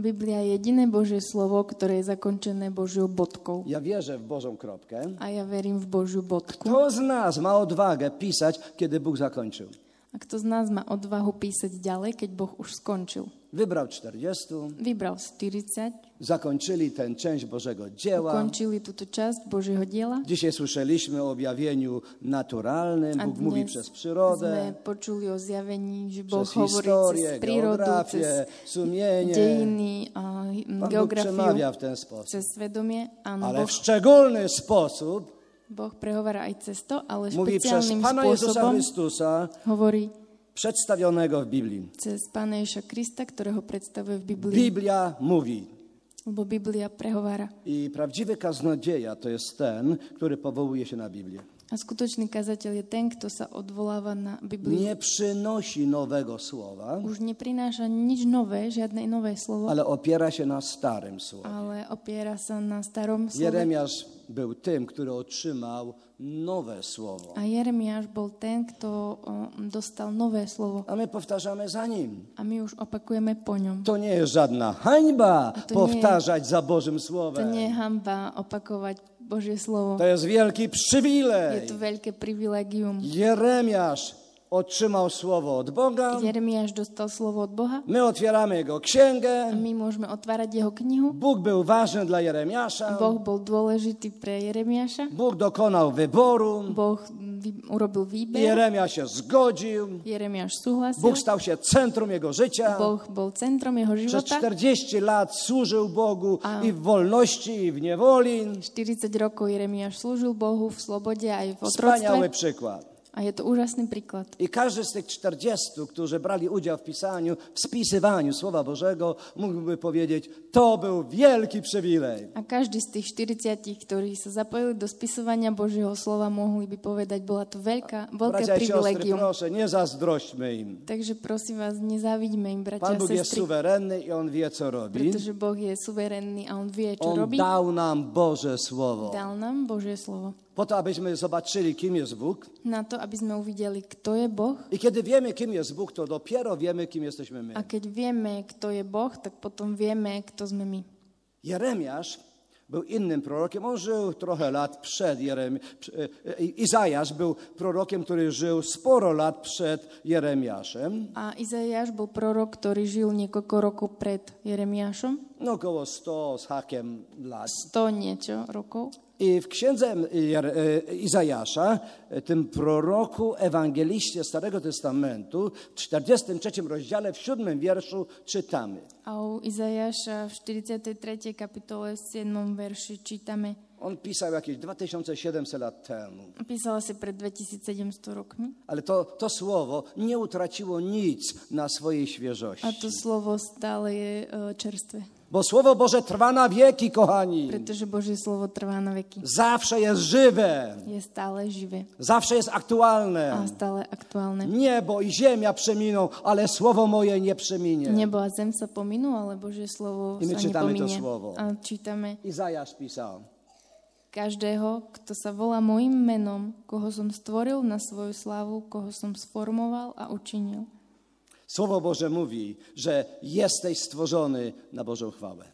B: Biblia je jediné Božie slovo, ktoré je zakončené Božiou bodkou.
C: Ja wierzę w Bożą kropkę.
B: A ja verím v Božiu bodku.
C: Kto z nas ma odwagę pisać, kiedy Bóg zakończył?
B: A kto z nás má odvahu písať ďalej, keď Boh už skončil?
C: Wybrał 40,
B: Vybral 40,
C: zakończyli tę część Bożego dzieła.
B: ukončili túto časť Božieho diela.
C: Dzisiaj słyszeliśmy o objawieniu naturalnym.
B: A
C: Bóg mówi
B: dnes
C: przez
B: sme
C: przyrodę,
B: počuli o zjavení, že Boh
C: przez
B: hovorí cez
C: historię,
B: prírodu,
C: geografię,
B: cez
C: sumienie.
B: dejiny, a
C: Pan Bóg przemawia
B: geografiu,
C: w ten sposób.
B: cez svedomie. Áno,
C: Ale
B: Boh,
C: w szczególny sposób
B: boh prehovára aj cez to, ale
C: mówi przez
B: špeciálnym
C: Pana Jezusa
B: spôsobom
C: Chrystusa,
B: hovorí
C: przedstawionego w Biblii.
B: cez Pána Ježa Krista, ktorého predstavuje v Biblii.
C: Biblia mówi.
B: Lebo Biblia prehovára.
C: I prawdziwy kaznodzieja to jest ten, który powołuje się na Biblię.
B: A skutočný kazateľ je ten, kto sa odvoláva na Bibliu.
C: Nie przynosi nowego słowa,
B: Už neprináša nič nové, žiadne nové slovo, ale,
C: ale opiera się na starym słowie.
B: opiera sa na starom slove.
C: Jeremiasz był tym, który otrzymał nowe słowo.
B: A Jeremiáš bol ten, kto o, dostal nové slovo.
C: A my powtarzamy za nim.
B: A my už opakujeme po ňom.
C: To nie jest żadna hańba
B: to nie-
C: powtarzać za Bożym
B: To
C: Słowem.
B: nie je hamba opakovať Božie
C: To
B: slovo.
C: jest wielki
B: Je
C: przywilej.
B: to veľké privilegium.
C: Jeremiasz otrzymał słowo od Boga.
B: Jeremiáš dostal slovo od Boha
C: My otwieramy
B: a
C: jego księgę.
B: my môžeme otvárať jeho knihu.
C: Bóg był ważny dla Jeremiasza.
B: Boh bol dôležitý pre Jeremiáša.
C: Bóg dokonał wyboru.
B: Boh vy- urobil výber.
C: Jeremia się zgodził.
B: Jeremiáš súhlasil.
C: Bóg stał się centrum jego życia.
B: Boh bol centrom jeho
C: Przez
B: života.
C: 40 lat służył Bogu i w wolności, i w niewoli.
B: 40 rokov Jeremiáš slúžil Bohu v slobode aj v otroctve.
C: Wspaniały przykład.
B: A je to úžasný príklad.
C: I każdy z tych 40, którzy brali udział w pisaniu, w spisywaniu Słowa Bożego, mógłby powiedzieć, to był wielki przywilej.
B: A každý z tých 40, ktorí sa zapojili do spisovania Božieho slova, mohli by povedať, bola to veľká, veľké
C: Bracia i siostry,
B: privilegium.
C: proszę, nie zazdrośćmy im.
B: Takže prosím vás, nezávidíme im, bratia
C: Pan
B: a
C: Bóg jest
B: sestry,
C: suwerenny i On wie, co robi.
B: pretože Boh je suverénny a On vie, čo
C: On
B: robí.
C: dał nam Boże Słowo.
B: Dal nám Božie slovo.
C: Po to, abyśmy zobaczyli, kim jest Bóg.
B: Na to, aby sme uvideli, kto je Boh.
C: I kiedy wiemy, kim jest Bóg, to dopiero wiemy, kim jesteśmy my.
B: A keď vieme, kto je Boh, tak potom vieme, kto sme my.
C: Jeremiasz był innym prorokiem. On żył trochę lat przed Jeremiaszem. e, Izajasz był prorokiem, który żył sporo lat przed Jeremiaszem.
B: A Izajáš bol prorok, ktorý žil niekoľko rokov pred Jeremiášom.
C: No około 100 z hakiem lat.
B: 100 niečo rokov.
C: I w księdze Jer- e, Izajasza, e, tym proroku, ewangeliście Starego Testamentu, w 43 rozdziale, w 7 wierszu czytamy.
B: A u Izajaša v 43. kapitole 7. verši čítame
C: On pisał jakieś 2700 lat temu.
B: Písala si pred 2700 rokmi
C: Ale to, to słowo nie utraciło nic na swojej świeżości.
B: a to slovo stále je e, čerstvé,
C: Bo Słowo Boże trwa na wieki, kochani.
B: pretože Božie slovo trvá na veky.
C: Zawsze jest żywe,
B: Je stále živé
C: zawsze jest
B: a
C: aktualne.
B: stále aktuálne.
C: Niebo i ziemia przeminą, ale Słowo moje nie przeminie.
B: Nebo a zem sa pominú, ale Božie slovo
C: I my
B: sa
C: čítame to
B: nepominie.
C: slovo.
B: A čítame
C: Izajasz pisał.
B: každého, kto sa volá mojim menom, koho som stvoril na svoju slávu, koho som sformoval a učinil.
C: Słowo Boże mówi, że jesteś stworzony na Bożą chwałę.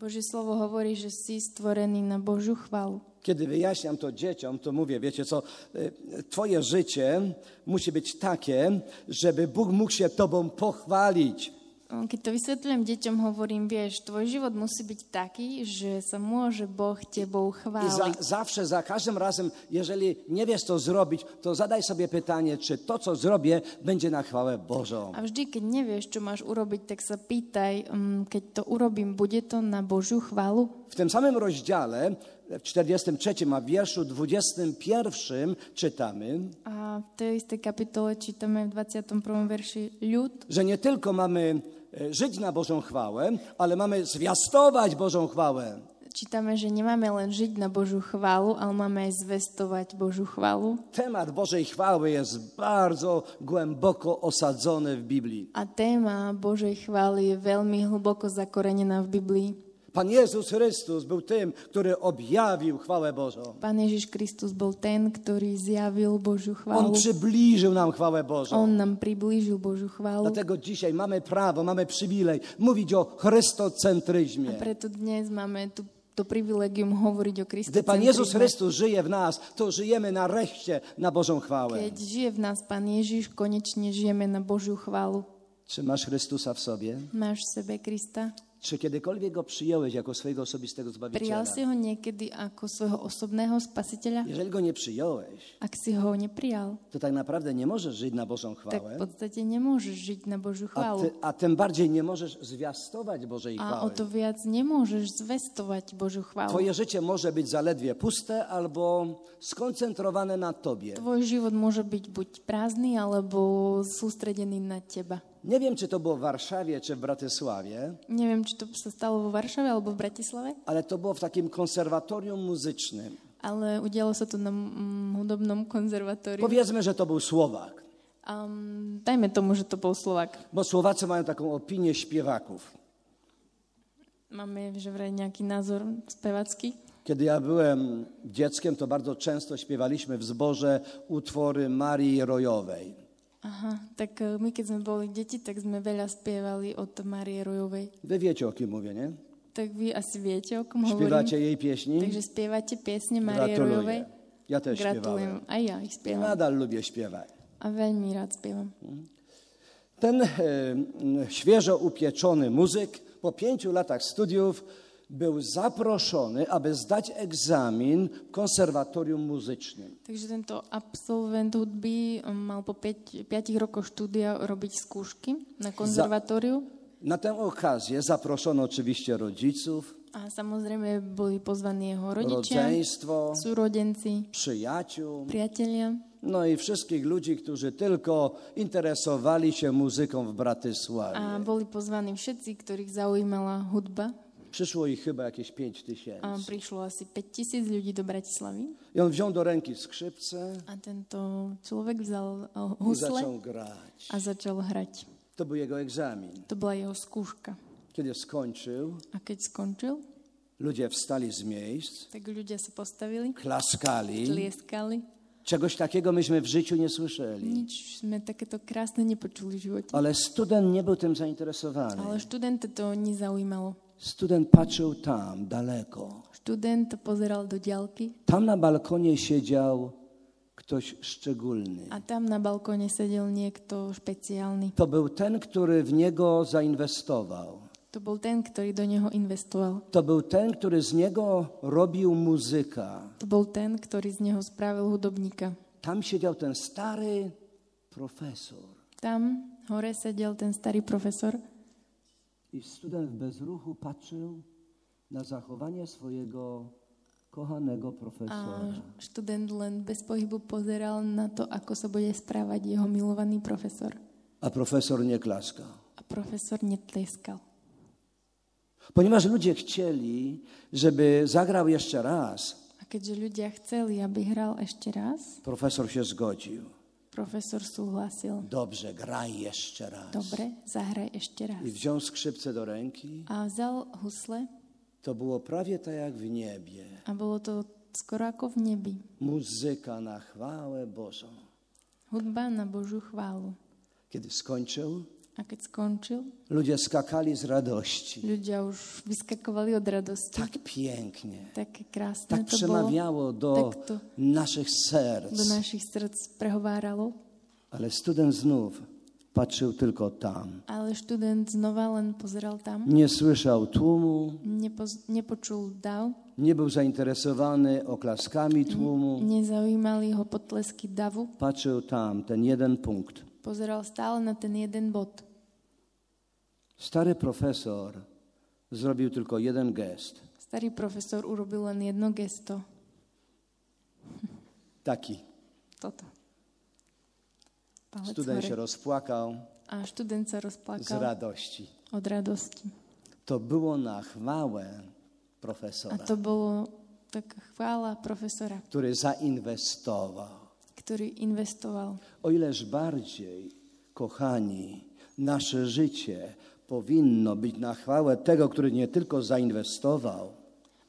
B: Božie slovo hovorí, že si stvorený na Božiu chválu.
C: Kiedy wyjaśniam to dzieciom, to mówię, wiecie co, y, twoje życie musi być takie, żeby Bóg mógł się tobą pochwalić.
B: Keď to vysvetľujem deťom, hovorím, vieš, tvoj život musí byť taký, že sa môže Boh tebou
C: I za,
B: chváliť.
C: zawsze, za każdym razem, jeżeli nie wiesz, co zrobić, to zadaj sobie pytanie, czy to, co zrobię, będzie na chwałę Bożą.
B: A vždy, keď nevieš, čo máš urobiť, tak sa pýtaj, mm, keď to urobím, bude to na Božiu chválu?
C: W tym samym rozdziale, w 43, a w wierszu 21 czytamy,
B: A v tej istej kapitole čítame v 21. verši ľud,
C: że nie tylko mamy e, żyć na Bożą chwałę, ale mamy zwiastować Bożą chwałę.
B: čítame, že nemáme len žiť na Božiu chválu, ale máme aj zvestovať Božiu chválu.
C: Temat Bożej chwały jest bardzo głęboko osadzony w Biblii.
B: A téma Božej chvály je veľmi hlboko zakorenená v Biblii.
C: Pan Jezus Chrystus był tym, który objawił chwałę Bożą.
B: Pán Ježiš Kristus bol ten, ktorý zjavil Božiu
C: On
B: chválu.
C: przybliżył nam chwałę Bożą.
B: On nám priblížil Božiu chválu.
C: Dlatego dzisiaj mamy prawo, mamy przywilej mówić o chrystocentryzmie.
B: Preto dnes máme tu, to privilegium hovoriť o
C: Gdy Pan Jezus
B: Kristu.
C: Chrystus żyje w nas, to żyjemy nareszcie na Bożą chwałę.
B: Keď žije v nás Pán Ježiš, konečne žijeme na Božiu chválu.
C: Czy masz Chrystusa w sobie?
B: Máš v sebe Krista?
C: Czy kiedykolwiek Go przyjąłeś jako swojego osobistego Zbawiciela?
B: Prijal si ho niekedy ako svojho osobného spasiteľa?
C: Jeżeli Go nie przyjąłeś,
B: Ak si ho neprijal,
C: to tak naprawdę nie możesz żyć na Bożą
B: tak v
C: chwałę,
B: podstate nemôžeš žiť na Božiu
C: a, ty,
B: chválu.
C: a tym bardziej nie możesz zwiastować Bożej
B: A o
C: chwały.
B: to viac nemôžeš zvestovať Božiu chválu.
C: Twoje życie może być zaledwie puste albo skoncentrowane na Tobie.
B: Tvoj život môže byť buď prázdny, alebo sústredený na teba.
C: Nie wiem, czy to było w Warszawie, czy w Bratysławie,
B: Neviem, či to sa stalo vo Varšave alebo v Bratislave,
C: ale to było w takim konserwatorium muzycznym.
B: ale udialo sa to na mm, hudobnom konzervatóriu.
C: Powiedzmy, że to był Słowak,
B: Um, dajme tomu, že to bol Slovak.
C: bo Słowacy mają taką opinię śpiewaków.
B: Máme že vraj nejaký názor spevacký.
C: Kiedy ja byłem dzieckiem, to bardzo często śpiewaliśmy w zborze utwory Marii Rojowej.
B: Aha, tak e, my keď sme boli deti, tak sme veľa spievali od Marie Rojovej.
C: Wy wiecie, o kim mówię, nie?
B: Tak vy asi viete, o kom hovorím.
C: Śpiewacie jej pieśni?
B: Takže spievate piesne Marie Rojovej.
C: Gratuluję. Ja też śpiewałem.
B: Gratulujem. Aj ja ich spievam.
C: Nadal lubię śpiewać.
B: a veľmi rád spievam.
C: Ten e, m, świeżo upieczony muzyk po pięciu latach studiów był zaproszony, aby zdać egzamin w konserwatorium muzycznym.
B: Takže tento absolvent hudby um, mal po 5 rokoch štúdia robiť skúšky na konzervatóriu
C: Na tę okazję zaproszono oczywiście rodziców,
B: a samozrejme boli pozvaní jeho rodičia,
C: rodzeństwo,
B: súrodenci,
C: przyjaciół,
B: priatelia
C: no i wszystkich ludzi, którzy tylko interesowali się muzyką w Bratysławie.
B: a boli pozvaní všetci, ktorých zaujímala hudba.
C: Przyszło ich chyba jakieś pięć
B: A
C: tysięcy.
B: prišlo asi 5000 ľudí do Bratislavy
C: I on wziął do ręki skrzypce
B: a tento človek vzal eh,
C: i
B: husle
C: zaczął grać.
B: a začal hrať.
C: To był jego egzamin.
B: To bola jeho skúška.
C: Kiedy skończył,
B: A keď skončil,
C: ludzie wstali z miejsc,
B: tak ľudia sa postavili,
C: klaskali.
B: tlieskali.
C: Czegoś takiego myśmy w życiu nie słyszeli.
B: Nič sme takéto krásne nepočuli v živote.
C: Ale student nie był tym zainteresowany.
B: Ale študenta to nezaujímalo.
C: Student patrzył tam, daleko.
B: Študent pozeral do ďalky
C: Tam na balkonie siedział ktoś szczególny.
B: a tam na balkóne sedel niekto špeciálny.
C: To był ten, który w niego zainwestował.
B: To bol ten, ktorý do neho investoval.
C: To był ten, który z niego robił muzyka.
B: To bol ten, ktorý z neho spravil hudobníka.
C: Tam siedział ten stary profesor.
B: Tam hore sedel ten starý profesor
C: I student w bezruchu patrzył na zachowanie swojego kochanego
B: a
C: profesora.
B: študent len bez pohybu pozeral na to, ako sa bude správať jeho milovaný profesor.
C: A profesor nie klaskał.
B: A profesor netlieskal.
C: Ponieważ ludzie chcieli, żeby zagrał jeszcze raz,
B: A keďže ľudia chceli, aby hral ešte raz,
C: profesor się zgodził.
B: profesor súhlasil.
C: Dobrze, graj jeszcze raz.
B: Dobre, zahraj ešte
C: I
B: raz.
C: wziął skrzypce do ręki.
B: A vzal husle
C: To było prawie tak jak w niebie.
B: a bolo to skoro ako v nebi.
C: Muzyka na chwałę Bożą.
B: Hudba na Božiu chválu.
C: Kiedy skończył,
B: A keď skončil,
C: ludzie skakali z radości.
B: ľudia už vyskakovali od radosti.
C: Tak pięknie.
B: Také krásne
C: Tak
B: to bolo.
C: przemawiało do
B: tak to
C: naszych
B: Do
C: serc.
B: našich srdc prehováralo.
C: Ale student znów patrzył tylko tam.
B: Ale študent znova len pozeral tam.
C: Nie słyszał tłumu,
B: Nepoz- nepočul dav.
C: nie był zainteresowany oklaskami tłumu.
B: Nezaujímali ho potlesky davu.
C: Patrzył tam, ten jeden punkt.
B: Pozeral stále na ten jeden bod.
C: Stary profesor zrobił tylko jeden gest.
B: Starý profesor urobil len jedno gesto.
C: Taki.
B: Toto. Palec
C: Student się
B: hore.
C: rozpłakał
B: A študent sa
C: z
B: rozplakal
C: radości.
B: od radosti.
C: To było na chwałę
B: A
C: profesora,
B: to bolo taká chvála profesora,
C: który zainwestował.
B: ktorý investoval.
C: O ileż bardziej, kochani, nasze życie powinno być na chwałę tego, który nie tylko zainwestował,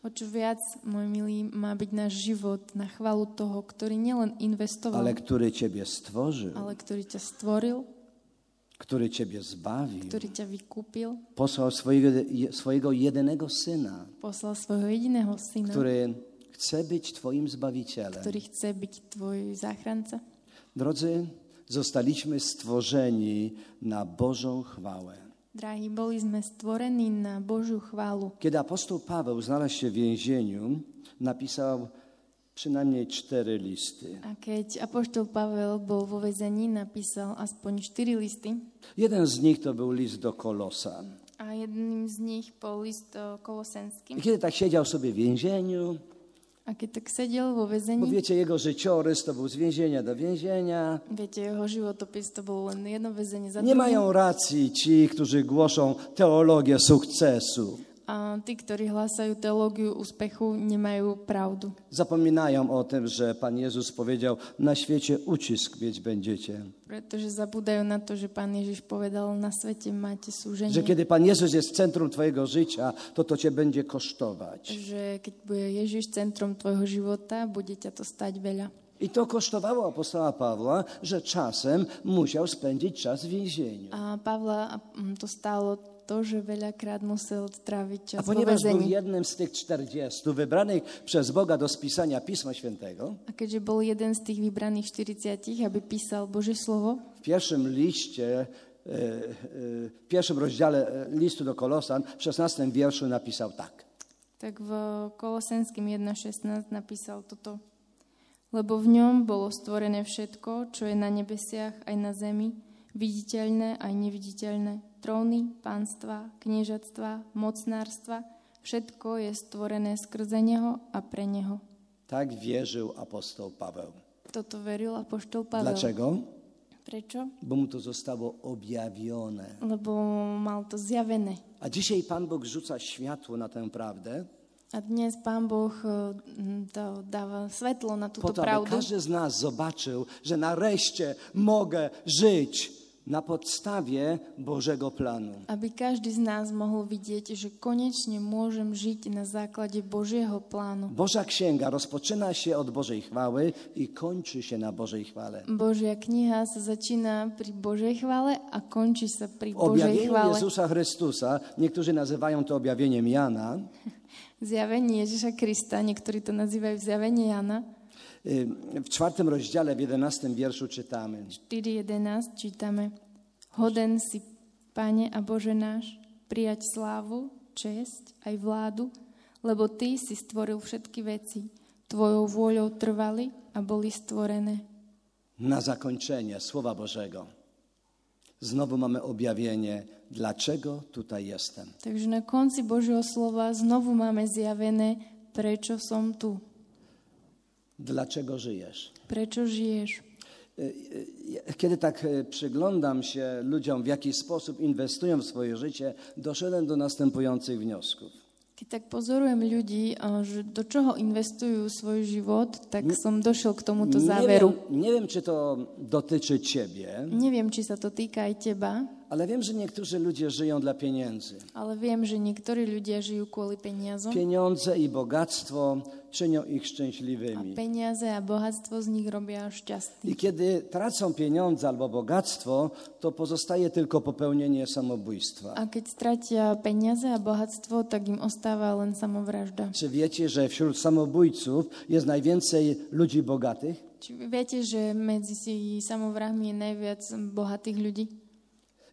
B: O čo viac, môj milý, má byť náš život na chválu toho, ktorý nielen investoval,
C: ale
B: ale,
C: który Ciebie stworzył,
B: ktorý ťa stvoril,
C: który Ciebie zbawił,
B: ktorý ťa vykúpil,
C: posłał swojego, je- swojego jedynego syna,
B: poslal svojho jediného syna, ktorý,
C: który chce być Twoim zbawicielem.
B: chce byť tvoj záchranca.
C: Drodzy, zostaliśmy stworzeni na Bożą chwałę.
B: Drahí, boli sme stvorení na Božiu chválu.
C: Kiedy apostoł Paweł znalazł się w więzieniu, napisał przynajmniej cztery listy.
B: A keď Apoštol Pavel bol vo vezení, napísal aspoň 4 listy
C: Jeden z nich to był list do Kolosa.
B: a jedným z nich bol list eh, kolosenským.
C: I kiedy tak siedział sobie w więzieniu,
B: A keď tak sedel vo
C: bo
B: vezení,
C: wiecie, jego życiorys to był z więzienia do więzienia.
B: viete, jeho životopis to bolo len jedno väzenie za
C: Nie
B: druhým.
C: mają racji ci, którzy głoszą teologię sukcesu.
B: A tí, ktorí hlásajú teológiu úspechu, nemajú pravdu.
C: Zapominają o tym, że Pan Jezus powiedział, na świecie ucisk mieć będziecie.
B: Pretože zabúdajú na to, že pán Ježiš povedal, na svete máte
C: Że
B: súženie.
C: kiedy Pan Jezus jest centrum Twojego życia, to to Cię będzie kosztować.
B: Že keď bude Ježiš centrom tvojho života, bude ťa to stať veľa.
C: I to kosztowało apostoła Pawła, że czasem musiał spędzić czas w więzieniu.
B: A Pavla mm, to stálo to, že veľakrát musel tráviť
C: A
B: čas vo
C: ponieważ był
B: vezení.
C: jednym z tych 40 wybranych przez Boga do spisania Pisma Świętego,
B: A keďže bol jeden z tých vybraných 40, aby písal Božie slovo,
C: w pierwszym liście, e, e, w pierwszym rozdziale e, listu do Kolosan, w 16 wierszu napisał tak.
B: tak v Kolosenským 1.16 napísal toto. Lebo v ňom bolo stvorené všetko, čo je na nebesiach aj na zemi, viditeľné aj neviditeľné, tróny, pánstva, kniežatstva, mocnárstva, všetko je stvorené skrze neho a pre neho.
C: Tak wierzył apostoł Paweł.
B: Toto veril apoštol Pavel.
C: Dlaczego?
B: Prečo?
C: Bo mu to zostało objawione.
B: Lebo mal to zjavené.
C: A dzisiaj Pan Bóg rzuca światło na tę prawdę,
B: A dnes Pán Boh eh, m, to dáva svetlo na
C: po
B: túto
C: to, aby
B: pravdu,
C: każdy z nas zobaczył, że nareszcie mogę żyć na podstawie Bożego planu.
B: aby každý z nás mohol vidieť, že konečne môžem žiť na základe Božieho plánu.
C: Boża Księga rozpoczyna się od Bożej chwały i kończy się na Bożej chwale.
B: Božia kniha sa začína pri Božej chvále a končí sa pri
C: W
B: Božej
C: objawieniu
B: chvále.
C: Jezusa Chrystusa, niektórzy nazywają to objawieniem Jana,
B: Zjavenie Ježiša Krista, niektorí to nazývajú zjavenie Jana.
C: y, w czwartym rozdziale, w jedenastym wierszu czytamy.
B: 4.11 čítame Hoden si, Pane a Bože náš, prijať slávu, česť aj vládu, lebo Ty si stvoril všetky veci. Tvojou vôľou trvali a boli stvorené.
C: Na zakończenie Słowa Bożego. Znowu mamy objawienie, dlaczego tutaj jestem.
B: Takže na konci Božieho slova znovu máme zjavené, prečo som tu,
C: Dlaczego żyjesz?
B: prečo žiješ.
C: Ja- Kiedy tak e, przyglądam się ludziom, w jaki sposób inwestują w swoje życie, doszedłem do następujących wniosków.
B: Keď tak pozorujem ľudí, a že do čoho investujú svoj život, tak som došiel k tomuto
C: Nie wiem,
B: záveru.
C: nie wiem, czy to dotyczy ciebie,
B: Neviem, či sa to týka aj teba,
C: ale wiem, że niektórzy ludzie żyją dla pieniędzy.
B: Ale viem, že niektorí ľudia žijú kvôli peniazom
C: Pieniądze i bogactwo czynią ich
B: a
C: szczęśliwymi.
B: peniaze a bohatstvo z nich robia šťastný.
C: I kiedy tracą pieniądze albo bogactwo, to pozostaje tylko popełnienie samobójstwa.
B: A keď stratia peniaze a bohatstvo, tak im ostáva len samovražda.
C: Czy wiecie, że wśród samobójców jest najwięcej ludzi bogatych?
B: Či vy viete, že medzi si samovrahmi je najviac bohatých ľudí?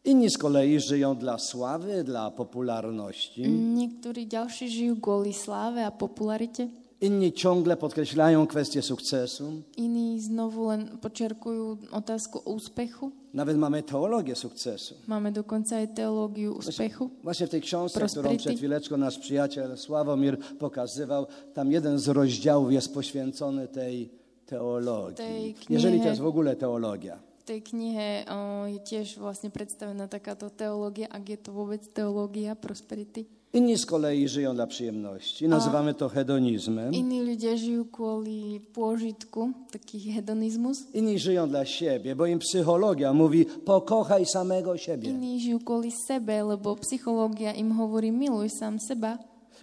C: Inni z kolei żyją dla sławy, dla
B: Mm.
C: popularności.
B: Niektorí ďalší žijú kvôli sláve a popularite.
C: Inni ciągle podkreślają kwestię sukcesu.
B: Iní znovu len počerkujú otázku o úspechu.
C: Nawet mamy teologię sukcesu.
B: Máme dokonca aj teológiu úspechu.
C: Właśnie w tej książce, którą
B: Prosperity.
C: przed chwileczką nasz przyjaciel Sławomir pokazywał, tam jeden z rozdziałów jest poświęcony tej teologii.
B: Tej knihe.
C: Jeżeli to jest w ogóle teologia.
B: V tej knihe o, je tiež vlastne predstavená takáto teológia, ak je to vôbec teológia prosperity.
C: Inni z kolei żyją dla przyjemności. Nazywamy to hedonizmem.
B: Iní ľudia žijú kvôli pôžitku, taký hedonizmus.
C: Inni żyją dla siebie, bo im psychologia mówi pokochaj samego siebie.
B: Iní žijú kvôli sebe, lebo psychológia im hovorí miluj sám seba.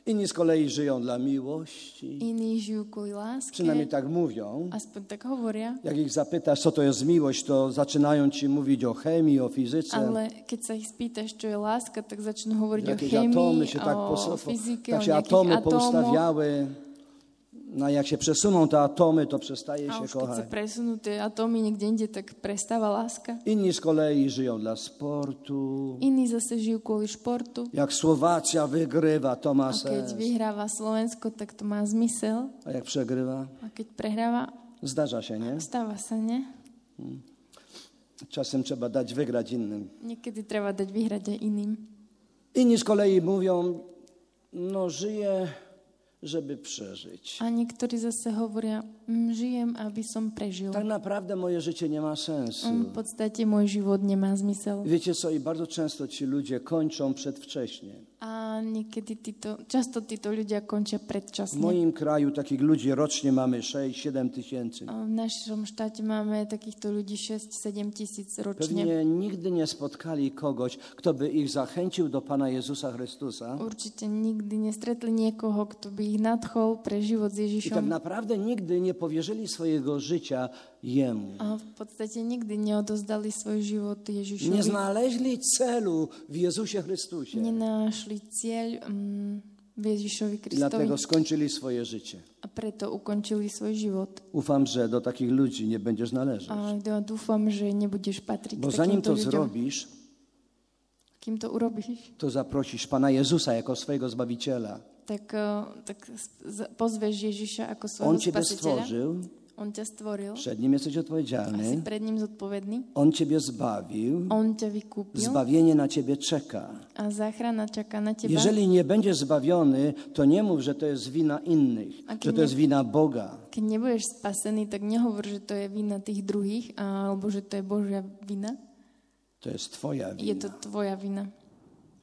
C: Inni z kolei żyją dla miłości.
B: Iní žijú kvôli láske,
C: Przynajmniej tak mówią.
B: aspoň tak hovoria.
C: Jak ich zapytasz, co to jest miłość, to zaczynają ci mówić o chemii, o fizyce.
B: Ale keď sa ich spýtaš, čo je láska, tak začnú hovoriť o
C: Jakieś atomy
B: chémii,
C: się tak,
B: o,
C: posu-
B: fyzike,
C: tak
B: o
C: się
B: nejakých
C: atomy
B: atómoch.
C: poustawiały. No, jak się przesuną te atomy, to przestaje
B: A už
C: się
B: keď sa
C: kochać.
B: presunú tie atómy niekde inde, tak prestáva láska.
C: Inni z kolei żyją dla sportu.
B: Iní zase žijú kvôli športu.
C: Jak Słowacja wygrywa, to
B: A
C: ma
B: keď
C: sens.
B: vyhráva Slovensko, tak to má zmysel.
C: A jak przegrywa?
B: A keď prehráva,
C: Zdarza się, nie?
B: stáva sa, ne?
C: Czasem trzeba dać wygrać innym.
B: Niekedy treba dať vyhrať aj iným.
C: Inni z kolei mówią, no żyję, żeby przeżyć.
B: A niektorí zase hovoria, "Mm, žijem, aby som prežil.
C: Tak naprawdę moje życie nie ma sensu.
B: Mm, V podstate môj život nemá zmysel.
C: Wiecie co, i bardzo często ci ludzie kończą przedwcześnie.
B: A niekedy títo, často títo ľudia končia
C: W
B: predčasne.
C: moim kraju takich ludzi rocznie mamy 6-7 tysięcy.
B: A V našom štáte máme takýchto ľudí 6-7 tisíc ročne.
C: Pewnie nigdy nie spotkali kogoś, kto by ich zachęcił do Pana Jezusa Chrystusa.
B: Určite nikdy nestretli niekoho, kto by ich nadchol pre život s
C: I tak
B: Ježišom.
C: naprawdę nigdy nie powierzyli swojego życia Jemu.
B: A v podstate nikdy neodozdali svoj život
C: Nie
B: Ježišovi.
C: znaleźli celu w Jezusie Chrystusie.
B: Nenašli cieľ mm, v Ježišovi Kristovi
C: Dlatego skończyli swoje życie.
B: a preto ukončili svoj život.
C: Ufam, że do takich ludzi nie będziesz należeć.
B: A ja dúfam, že nebudeš patriť
C: Bo zanim
B: takýmto
C: to
B: ľuďom.
C: zrobisz,
B: Kým to urobíš,
C: to zaprosisz Pana Jezusa jako swojego Zbawiciela.
B: tak, eh, tak s- z- pozveš Ježiša ako svojho
C: On Ciebie
B: spasiteľa.
C: stworzył,
B: On ťa stvoril,
C: przed Nim jesteś
B: a si
C: odpowiedzialny.
B: pred ním zodpovedný.
C: On Ciebie zbawił,
B: On ťa vykúpil
C: zbawienie na Ciebie czeka.
B: a záchrana čaká na teba.
C: Jeżeli nie będziesz zbawiony, to nie mów, że to jest wina innych,
B: A kiedy
C: że to
B: nie-
C: jest wina Boga.
B: Keď nebudeš spasený, tak nehovor, že to je vina tých druhých, alebo že to je Božia vina.
C: To jest Twoja
B: Je to
C: wina.
B: tvoja vina.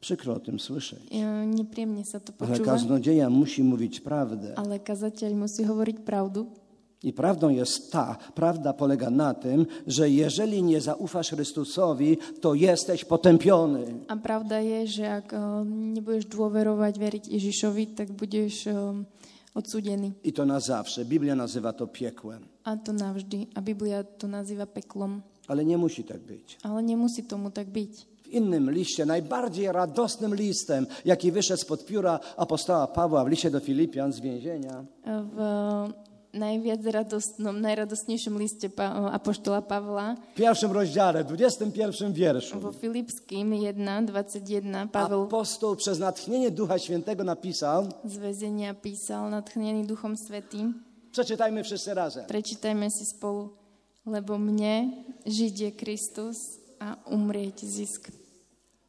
C: Przykro o tym słyszeć.
B: Eh, Nepríjemne sa to
C: Ale
B: počúva,
C: kaznodzieja musi mówić prawdę.
B: ale kazateľ musí hovoriť pravdu.
C: I prawdą jest ta, prawda polega na tym, że jeżeli nie zaufasz Chrystusowi, to jesteś potępiony.
B: A pravda je, že ak eh, nebudeš dôverovať, veriť Ježišovi, tak budeš eh, odsudený.
C: I to na zawsze. Biblia nazywa to piekłem.
B: A to navždy. A Biblia to nazýva peklom.
C: Ale nie musi tak być.
B: Ale nemusí tomu tak byť.
C: W innym liście, najbardziej radosnym listem, jaki wyszedł spod pióra apostoła Pawła w liście do Filipian z więzienia,
B: V najviac radostnom, najradostnejšom liste pa- Apoštola Pavla
C: w pierwszym rozdziale, 21 wierszu,
B: vo Filipským 1.21 Pavel
C: apostoł przez natchnienie Ducha Świętego napisał,
B: z väzenia písal, natchnený Duchom Svetým.
C: przeczytajmy wszyscy razem.
B: Prečítajme si spolu. Lebo mne žiť je Kristus a umrieť zisk.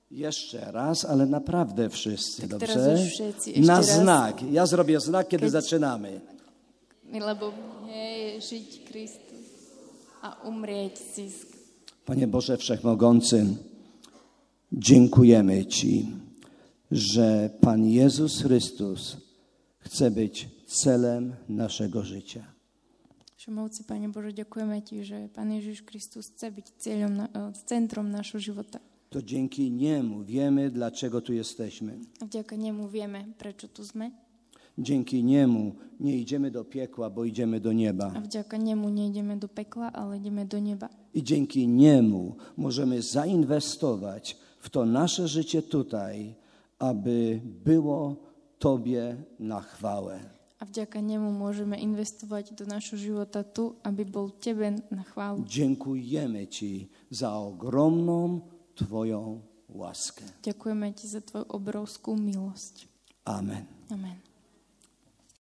C: Jeszcze raz, ale naprawdę wszyscy,
B: Tak
C: dobrze?
B: teraz już wszyscy, jeszcze
C: Na
B: raz.
C: znak. Ja zrobię znak, kiedy
B: Kiedy-
C: zaczynamy.
B: Lebo mne je žiť Kristus a umrieť zisk.
C: Panie Boże Wszechmogący, dziękujemy Ci, że Pan Jezus Chrystus chce być celem naszego życia.
B: Všemovci, Pane Bože, ďakujeme Ti, že Pán Ježiš Kristus chce byť cieľom, na- eh, centrom nášho života.
C: To dzięki Niemu wiemy, dlaczego tu jesteśmy.
B: A vďaka Nemu vieme, prečo tu sme.
C: Dzięki Niemu nie idziemy do piekła, bo idziemy do nieba.
B: A vďaka Nemu nejdeme do pekla, ale ideme do neba.
C: I dzięki Niemu możemy zainwestować w to nasze życie tutaj, aby było Tobie na chwałę.
B: A vďaka Nemu môžeme investovať do nášho života tu, aby bol Tebe na chválu.
C: Dziękujemy Ci za ogromną Twoją łaskę.
B: Ďakujeme Ti za Tvoju obrovskú milosť.
C: Amen.
B: Amen.